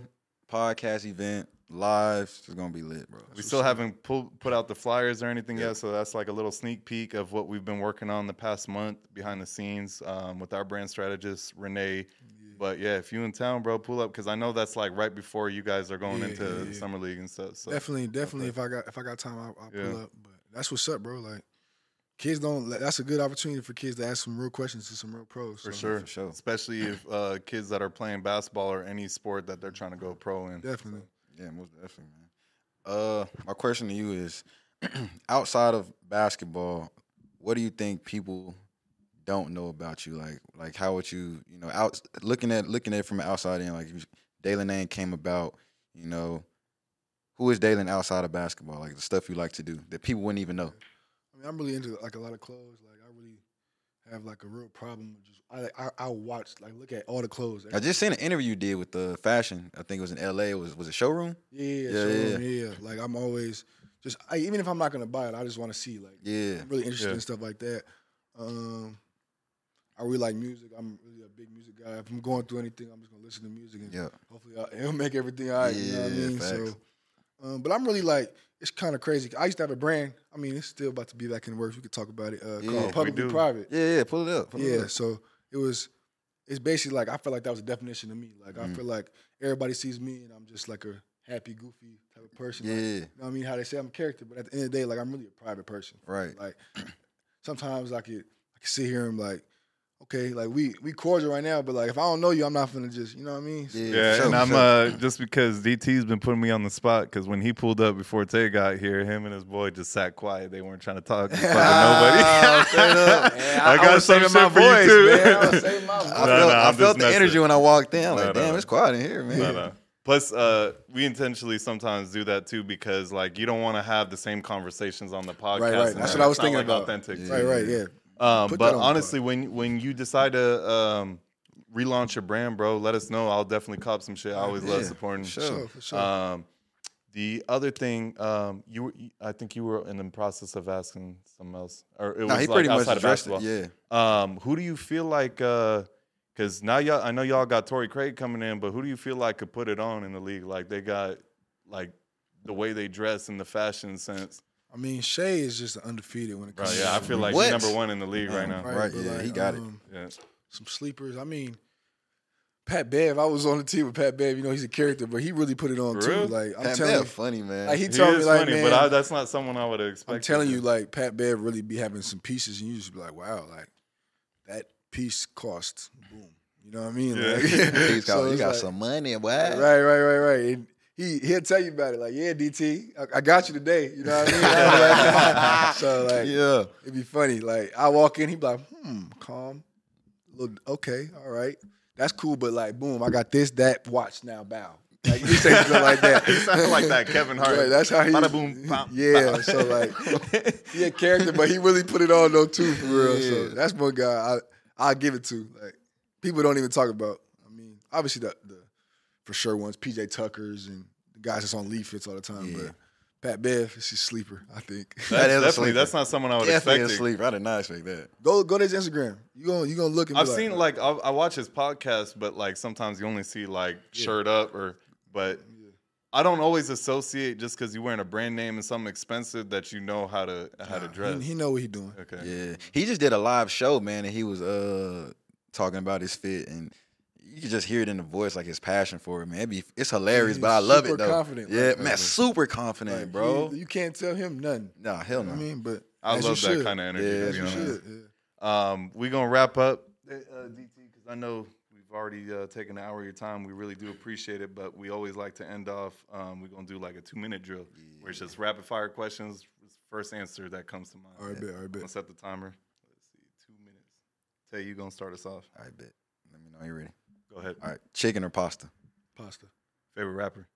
Speaker 1: podcast event live. It's gonna be lit, bro.
Speaker 2: We still haven't pull, put out the flyers or anything yet, so that's like a little sneak peek of what we've been working on the past month behind the scenes um, with our brand strategist Renee. But yeah, if you in town, bro, pull up because I know that's like right before you guys are going
Speaker 3: Yeah,
Speaker 2: into
Speaker 3: yeah, yeah.
Speaker 2: summer league and stuff. So
Speaker 3: definitely, definitely. If I got if I got time, I'll, I'll pull
Speaker 2: Yeah.
Speaker 3: up. But that's what's up, bro. Like kids don't. like, That's a good opportunity for kids to ask some real questions to some real pros.
Speaker 2: for
Speaker 3: so
Speaker 2: sure,
Speaker 1: for sure.
Speaker 2: especially if uh, kids that are playing basketball or any sport that they're trying to go pro in.
Speaker 3: Definitely.
Speaker 1: Yeah, most definitely, man. Uh, my question to you is, outside of basketball, what do you think people don't know about you? Like, like how would you, you know, out looking at looking at it from the outside in, like Dalen Lane came about, you know, who is Dalen outside of basketball? Like the stuff you like to do that people wouldn't even know.
Speaker 3: I mean, I'm really into like a lot of clothes. Like I really have like a real problem. With just I like I, I watch like look at all the clothes.
Speaker 1: I just seen an interview you did with the fashion. I think it was in L.A. It was was it showroom?
Speaker 3: yeah yeah
Speaker 1: Yeah,
Speaker 3: yeah,
Speaker 1: yeah,
Speaker 3: showroom, yeah, yeah. Like I'm always just I, even if I'm not gonna buy it, I just want to see like
Speaker 1: Yeah,
Speaker 3: I'm really interested
Speaker 2: Yeah.
Speaker 3: in stuff like that. Um, I really like music. I'm really a big music guy. If I'm going through anything, I'm just gonna listen to music and
Speaker 1: yeah,
Speaker 3: hopefully I, it'll make everything all right. you know what I
Speaker 1: Yeah,
Speaker 3: mean?
Speaker 1: facts.
Speaker 3: So, um, but I'm really like, it's kind of crazy. I used to have a brand. I mean, it's still about to be back in the works. We could talk about it. Uh,
Speaker 1: Yeah, we
Speaker 3: called Publicly
Speaker 2: do.
Speaker 3: Private.
Speaker 1: yeah, yeah. Pull it up. Pull
Speaker 3: Yeah.
Speaker 1: it up.
Speaker 3: So it was. It's basically like I feel like that was a definition of me. Like I
Speaker 1: Mhm.
Speaker 3: feel like everybody sees me and I'm just like a happy, goofy type of person. Like,
Speaker 1: yeah,
Speaker 3: you know what I mean? How they say I'm a character, but at the end of the day, like I'm really a private person.
Speaker 1: right.
Speaker 3: Like sometimes I could I could sit here and like, okay, like we we cordial right now, but like if I don't know you, I'm not gonna just you know what I mean? So-
Speaker 1: Yeah,
Speaker 2: Yeah,
Speaker 1: for
Speaker 2: and
Speaker 1: sure,
Speaker 2: I'm
Speaker 1: for
Speaker 2: uh, just because DT's been putting me on the spot because when he pulled up before Tay got here, him and his boy just sat quiet. They weren't trying to talk to fucking
Speaker 1: Ah,
Speaker 2: nobody.
Speaker 1: straight up.
Speaker 2: I, got
Speaker 1: was
Speaker 2: some
Speaker 1: saving
Speaker 2: shit
Speaker 1: my
Speaker 2: for
Speaker 1: voice,
Speaker 2: you too.
Speaker 1: man. I was
Speaker 3: saving my
Speaker 1: I
Speaker 3: voice.
Speaker 2: Nah,
Speaker 1: felt,
Speaker 2: nah,
Speaker 1: I
Speaker 2: I'm
Speaker 1: felt
Speaker 2: just
Speaker 1: the
Speaker 2: messing.
Speaker 1: energy when I walked in. I'm like,
Speaker 2: Nah, nah.
Speaker 1: damn, it's quiet in here, man.
Speaker 2: No, no. Plus, uh, we intentionally sometimes do that too because like you don't want to have the same conversations on the podcast.
Speaker 3: right.
Speaker 2: and
Speaker 3: That's
Speaker 2: that.
Speaker 3: what I
Speaker 2: It's
Speaker 3: was
Speaker 2: not,
Speaker 3: thinking
Speaker 2: like,
Speaker 3: about.
Speaker 2: Authentic,
Speaker 1: Yeah.
Speaker 3: Right, right, yeah.
Speaker 2: Um,
Speaker 3: Put
Speaker 2: but
Speaker 3: that on the
Speaker 2: honestly, when when you decide to um, relaunch your brand, bro, let us know. I'll definitely cop some shit. I always love
Speaker 1: yeah,
Speaker 2: supporting.
Speaker 1: sure.
Speaker 3: For sure, for sure.
Speaker 2: Um, the other thing, um, you were, I think you were in the process of asking something else, or it
Speaker 1: Nah,
Speaker 2: was
Speaker 1: he
Speaker 2: like
Speaker 1: pretty much
Speaker 2: outside of
Speaker 1: addressed
Speaker 2: basketball.
Speaker 1: it. Yeah.
Speaker 2: Um, who do you feel like? Because now y'all, I know y'all got Torrey Craig coming in, but who do you feel like could put it on in the league? Like they got, like the way they dress and the fashion sense.
Speaker 3: I mean, Shay is just undefeated when it
Speaker 2: Bro,
Speaker 3: comes.
Speaker 2: yeah, I feel like
Speaker 1: What?
Speaker 2: he's number one in the league right now.
Speaker 1: Right. yeah, he got it.
Speaker 3: it.
Speaker 2: Yeah.
Speaker 3: um, Some sleepers. I mean, Pat Bev. I was on the team with Pat Bev. You know, he's a character, but he really put it on
Speaker 2: For
Speaker 3: too.
Speaker 2: real?
Speaker 3: Like I'm
Speaker 1: Damn,
Speaker 3: telling
Speaker 1: they're
Speaker 3: you,
Speaker 1: funny, man.
Speaker 3: like he
Speaker 2: He
Speaker 3: told me
Speaker 2: is
Speaker 3: like,
Speaker 2: funny,
Speaker 3: man,
Speaker 2: but I, that's not someone I would have expected.
Speaker 3: I'm telling
Speaker 2: to-
Speaker 3: you, like Pat Bev really be having some pieces, and you just be like, wow, like that piece cost boom. You know what I mean?
Speaker 2: Yeah.
Speaker 3: Like,
Speaker 1: He's got,
Speaker 3: so
Speaker 1: you
Speaker 3: it's
Speaker 1: got
Speaker 3: like-
Speaker 1: some money, boy.
Speaker 3: Right, right, right, right. And he he'll tell you about it. Like, yeah, DT, I, I got you today. You know what I mean? I was like, so like,
Speaker 1: Yeah.
Speaker 3: it'd be funny. Like, I walk in, he be like, hmm, calm, little, okay, all right, that's cool. But like, boom, I got this, that watch now, bow. Like you say something like that.
Speaker 2: he sounded like that Kevin Hart.
Speaker 3: Right, that's how he.
Speaker 2: Bada boom, pop,
Speaker 3: yeah, so like he a character, but he really put it on though too, for real. So
Speaker 1: Yeah.
Speaker 3: that's one guy I I give it to. Like people don't even talk about. I mean, obviously the, the for sure ones, PJ Tuckers and the guys that's on leaf hits all the time.
Speaker 1: Yeah.
Speaker 3: But Pat Bev, is a sleeper, I think.
Speaker 1: That is a
Speaker 2: definitely
Speaker 1: sleeper.
Speaker 2: that's not someone I would
Speaker 1: Definitely
Speaker 2: expect.
Speaker 1: a sleeper. I did not expect that.
Speaker 3: go go to his Instagram. You gonna you gonna look and be "Oh,
Speaker 2: I've seen like I, I watch his podcast, but like sometimes you only see like
Speaker 3: Yeah.
Speaker 2: shirt up or but
Speaker 3: Yeah.
Speaker 2: I don't always associate just because you're wearing a brand name and something expensive that you know how to how to
Speaker 3: Nah,
Speaker 2: dress.
Speaker 3: He, he know what he doing.
Speaker 2: okay.
Speaker 1: Yeah, he just did a live show, man, and he was uh talking about his fit, and you could just hear it in the voice, like his passion for it, man. It'd be, it's hilarious,
Speaker 3: He's
Speaker 1: but I love it
Speaker 3: super
Speaker 1: though.
Speaker 3: confident, like,
Speaker 1: yeah,
Speaker 3: like,
Speaker 1: man,
Speaker 3: like-
Speaker 1: super confident,
Speaker 3: Like,
Speaker 1: bro.
Speaker 3: you, you can't tell him nothing.
Speaker 1: nah, hell
Speaker 3: You know
Speaker 1: no.
Speaker 3: what I mean, but
Speaker 2: I
Speaker 3: as you
Speaker 2: love that
Speaker 3: should.
Speaker 2: kind of energy.
Speaker 1: Yeah,
Speaker 2: to
Speaker 1: as
Speaker 2: be
Speaker 1: you
Speaker 2: honest.
Speaker 1: should.
Speaker 3: Yeah.
Speaker 2: Um, we're gonna wrap up, uh, DT, because I know we've already uh, taken an hour of your time. We really do appreciate it, but we always like to end off. Um, we're gonna do like a two minute drill, where it's just rapid fire questions. First answer that comes to mind.
Speaker 3: All right, bet, all right,
Speaker 2: I'm
Speaker 3: bet.
Speaker 2: gonna set the timer. Let's see, two minutes. Tay, you gonna start us off?
Speaker 1: I bet. Let me know you ready.
Speaker 2: Go ahead.
Speaker 1: All right, chicken or pasta?
Speaker 3: Pasta,
Speaker 2: Favorite rapper?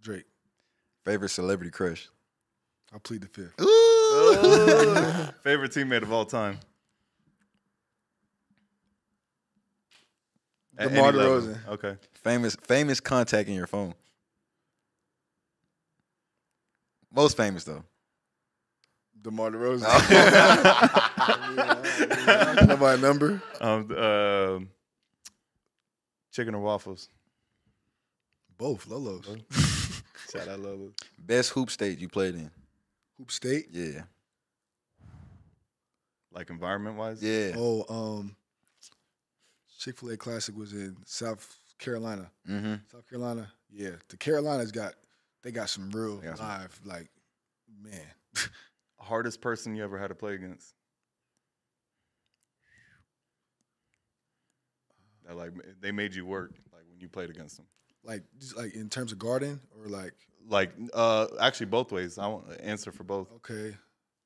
Speaker 3: Drake.
Speaker 1: Favorite celebrity crush?
Speaker 3: I plead the fifth.
Speaker 2: Favorite teammate of all time? At any
Speaker 3: DeMar
Speaker 2: level.
Speaker 3: DeRozan.
Speaker 2: Okay.
Speaker 1: Famous, famous contact in your phone. Most famous though.
Speaker 3: DeMar DeRozan.
Speaker 1: Oh.
Speaker 3: I don't know my number.
Speaker 2: Um, um, chicken or waffles?
Speaker 3: Both Lolos.
Speaker 2: Shout out Lola.
Speaker 1: Best hoop state you played in?
Speaker 3: Hoop State.
Speaker 1: Yeah,
Speaker 2: Like environment wise?
Speaker 1: yeah.
Speaker 3: Oh, um, Chick Fil A Classic was in South Carolina.
Speaker 1: Mm-hmm.
Speaker 3: South Carolina. Yeah, the Carolinas got they got some real
Speaker 1: They got some-
Speaker 3: live like man.
Speaker 2: Hardest person you ever had to play against? That like they made you work like when you played against them.
Speaker 3: Like just like in terms of garden or like
Speaker 2: Like uh, actually both ways. I want an answer for both.
Speaker 3: okay,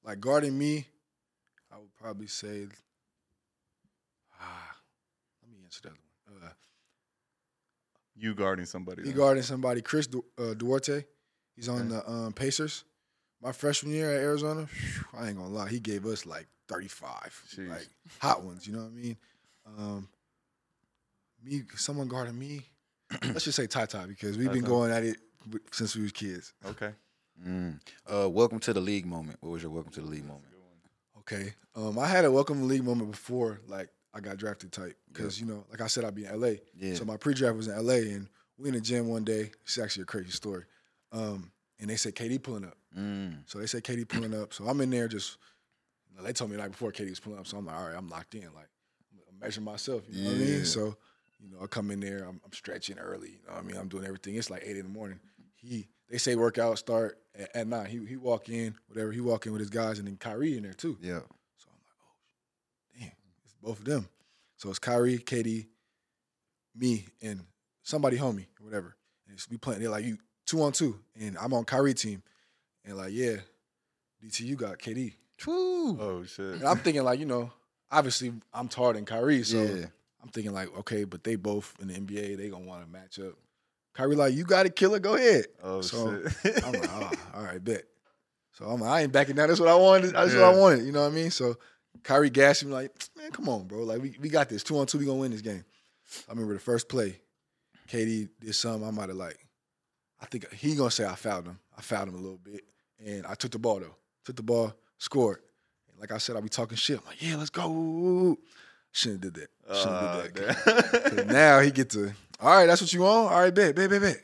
Speaker 3: like guarding me, I would probably say. Ah, let me answer that one. Uh,
Speaker 2: You guarding somebody.
Speaker 3: He
Speaker 2: then.
Speaker 3: guarding somebody, Chris Du- uh, Duarte. He's on the um, Pacers. My freshman year at Arizona, phew, I ain't gonna lie, he gave us like 35,
Speaker 2: Jeez.
Speaker 3: like hot ones. You know what I mean? Um, me, someone guarding me. Let's just say Ty Ty because we've been
Speaker 2: Ty-Ty.
Speaker 3: going at it w- since we was kids.
Speaker 2: Okay.
Speaker 1: Mm. Uh, welcome to the league moment. What was your welcome to the league moment?
Speaker 3: Okay. Um, I had a welcome to league moment before, like I got drafted type, because you know, like I said, I'd be in LA.
Speaker 1: Yeah.
Speaker 3: So my pre-draft was in LA, and we in the gym one day. It's actually a crazy story. Um, and they said KD pulling up.
Speaker 1: Mm.
Speaker 3: So they said Katie pulling up. So I'm in there just. They told me the night before Katie was pulling up, so I'm like, all right, I'm locked in. Like, I'm measuring myself. You know what I
Speaker 1: Yeah.
Speaker 3: mean? So, you know, I come in there. I'm, I'm stretching early. You know what I mean? I'm doing everything. It's like eight in the morning. He they say workout start at, at nine. He he walk in, whatever. He walk in with his guys, and then Kyrie in there too.
Speaker 1: Yeah.
Speaker 3: So I'm like, oh, damn, it's both of them. So it's Kyrie, Katie, me, and somebody homie, or whatever. And it's, we playing. They're like, you two on two, and I'm on Kyrie team, and like, yeah, DTU got KD, Uh,
Speaker 2: Oh shit.
Speaker 3: and I'm thinking like, you know, obviously I'm taller than Kyrie, so
Speaker 1: yeah.
Speaker 3: I'm thinking like, okay, but they both in the NBA, they gonna want to match up. Kyrie like, you got it, killer, go ahead.
Speaker 2: Oh
Speaker 3: So,
Speaker 2: shit.
Speaker 3: I'm like, oh, all right, bet. So I'm like, I ain't backing down. That's what I wanted. That's what I
Speaker 2: Yeah.
Speaker 3: wanted. You know what I mean? So Kyrie gassed me like, man, come on, bro. Like we, we got this. Two on two, we gonna win this game. I remember the first play, KD did something. I might have like, I think he gonna say I fouled him. I fouled him a little bit, and I took the ball though. Took the ball, scored. And like I said, I be talking shit. I'm like, yeah, let's go. Shouldn't have did that. Shouldn't have
Speaker 2: Uh,
Speaker 3: did that. So
Speaker 2: damn.
Speaker 3: now he get to, all right, that's what you want. All right, bet, bet, bet, bet.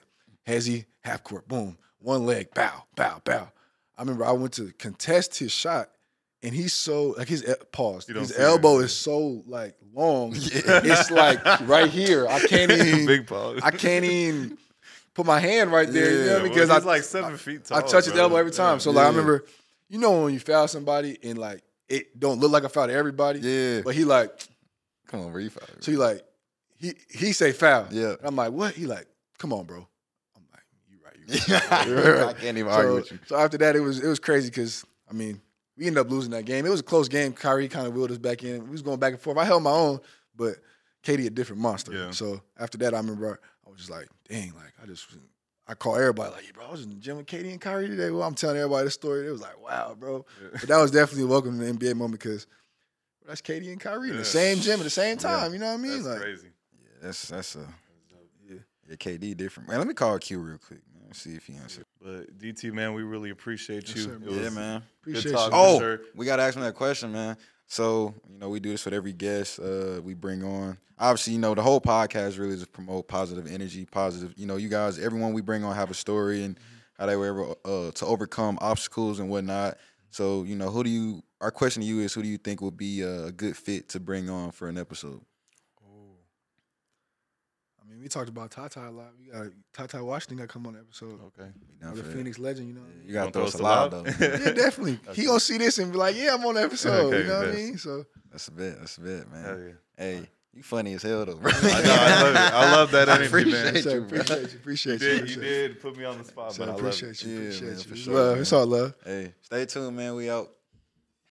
Speaker 3: Hezzy, half court, boom, one leg, bow, bow, bow. I remember I went to contest his shot, and he's so like his e- pause,
Speaker 2: You don't
Speaker 3: his
Speaker 2: see
Speaker 3: elbow
Speaker 2: it.
Speaker 3: is so like long. It's like right here. I can't even,
Speaker 2: Big pause.
Speaker 3: I can't even put my hand right there. you know,
Speaker 2: well, he's
Speaker 3: because I
Speaker 2: like seven feet tall.
Speaker 3: I touch his
Speaker 2: bro.
Speaker 3: elbow every time.
Speaker 2: Yeah.
Speaker 3: So like
Speaker 1: Yeah.
Speaker 3: I remember, you know when you foul somebody and like it don't look like a foul to everybody,
Speaker 1: Yeah.
Speaker 3: but he like.
Speaker 1: Come on, refill.
Speaker 3: So he like, he he say foul.
Speaker 1: Yeah.
Speaker 3: And I'm like, what? He like, come on, bro. I'm like, you right, you right.
Speaker 1: I can't even argue with
Speaker 3: so,
Speaker 1: you.
Speaker 3: so after that, it was it was crazy because I mean, we ended up losing that game. It was a close game. Kyrie kind of wheeled us back in. We was going back and forth. I held my own, but Katie a different monster.
Speaker 2: Yeah.
Speaker 3: So after that, I remember I was just like, dang, like I just was- I call everybody like, yeah, bro, I was in the gym with Katie and Kyrie today. Well, I'm telling everybody the story. It was like, wow, bro.
Speaker 2: Yeah.
Speaker 3: But that was definitely a welcome to the NBA moment because That's Katie and Kyrie in
Speaker 2: Yeah.
Speaker 3: the same gym at the same time. You know what I mean?
Speaker 2: That's
Speaker 3: like,
Speaker 2: crazy.
Speaker 1: Yeah, that's that's a
Speaker 3: Yeah.
Speaker 1: yeah, KD different. Man, let me call Q real quick, man. Let's see if he answers.
Speaker 2: But DT man, we really appreciate
Speaker 3: Yes,
Speaker 2: you.
Speaker 3: sir,
Speaker 2: It
Speaker 3: man.
Speaker 1: Yeah,
Speaker 2: was
Speaker 1: man.
Speaker 3: appreciate you.
Speaker 2: talk.
Speaker 1: Oh,
Speaker 2: sir.
Speaker 1: we gotta ask him that question, man. So you know, we do this with every guest uh, we bring on. Obviously, you know, the whole podcast really is to promote positive energy, positive. You know, you guys, everyone we bring on have a story and how they were able uh, to overcome obstacles and whatnot. So you know, who do you? Our question to you is, who do you think would be uh, a good fit to bring on for an episode?
Speaker 3: I mean, we talked about Tata a lot. We got Tata Washington got to come on the episode.
Speaker 2: Okay.
Speaker 1: We down
Speaker 3: The
Speaker 1: for that?
Speaker 3: Phoenix legend, you know. What I mean?
Speaker 1: You gotta
Speaker 2: Don't
Speaker 1: throw us a loud though.
Speaker 3: Yeah, definitely. He gonna see this and be like, "Yeah, I'm on the episode."
Speaker 2: Okay,
Speaker 3: you know what I
Speaker 2: yes.
Speaker 3: mean? So
Speaker 1: That's a bet. That's a bet, man.
Speaker 2: Hell yeah.
Speaker 1: Hey, you funny as hell though, bro.
Speaker 2: I know. I love it. I love that
Speaker 1: I
Speaker 2: energy, man.
Speaker 1: appreciate
Speaker 2: You
Speaker 1: you,
Speaker 3: sir,
Speaker 1: bro.
Speaker 3: appreciate you, appreciate you,
Speaker 2: did. You
Speaker 3: appreciate you.
Speaker 2: did put me on the spot,
Speaker 3: Sir,
Speaker 2: but I love it.
Speaker 3: appreciate you,
Speaker 1: Yeah,
Speaker 3: appreciate
Speaker 1: man,
Speaker 3: you.
Speaker 1: for
Speaker 3: It's
Speaker 1: sure,
Speaker 3: love.
Speaker 1: man.
Speaker 3: It's all love.
Speaker 1: Hey, stay tuned, man. We out.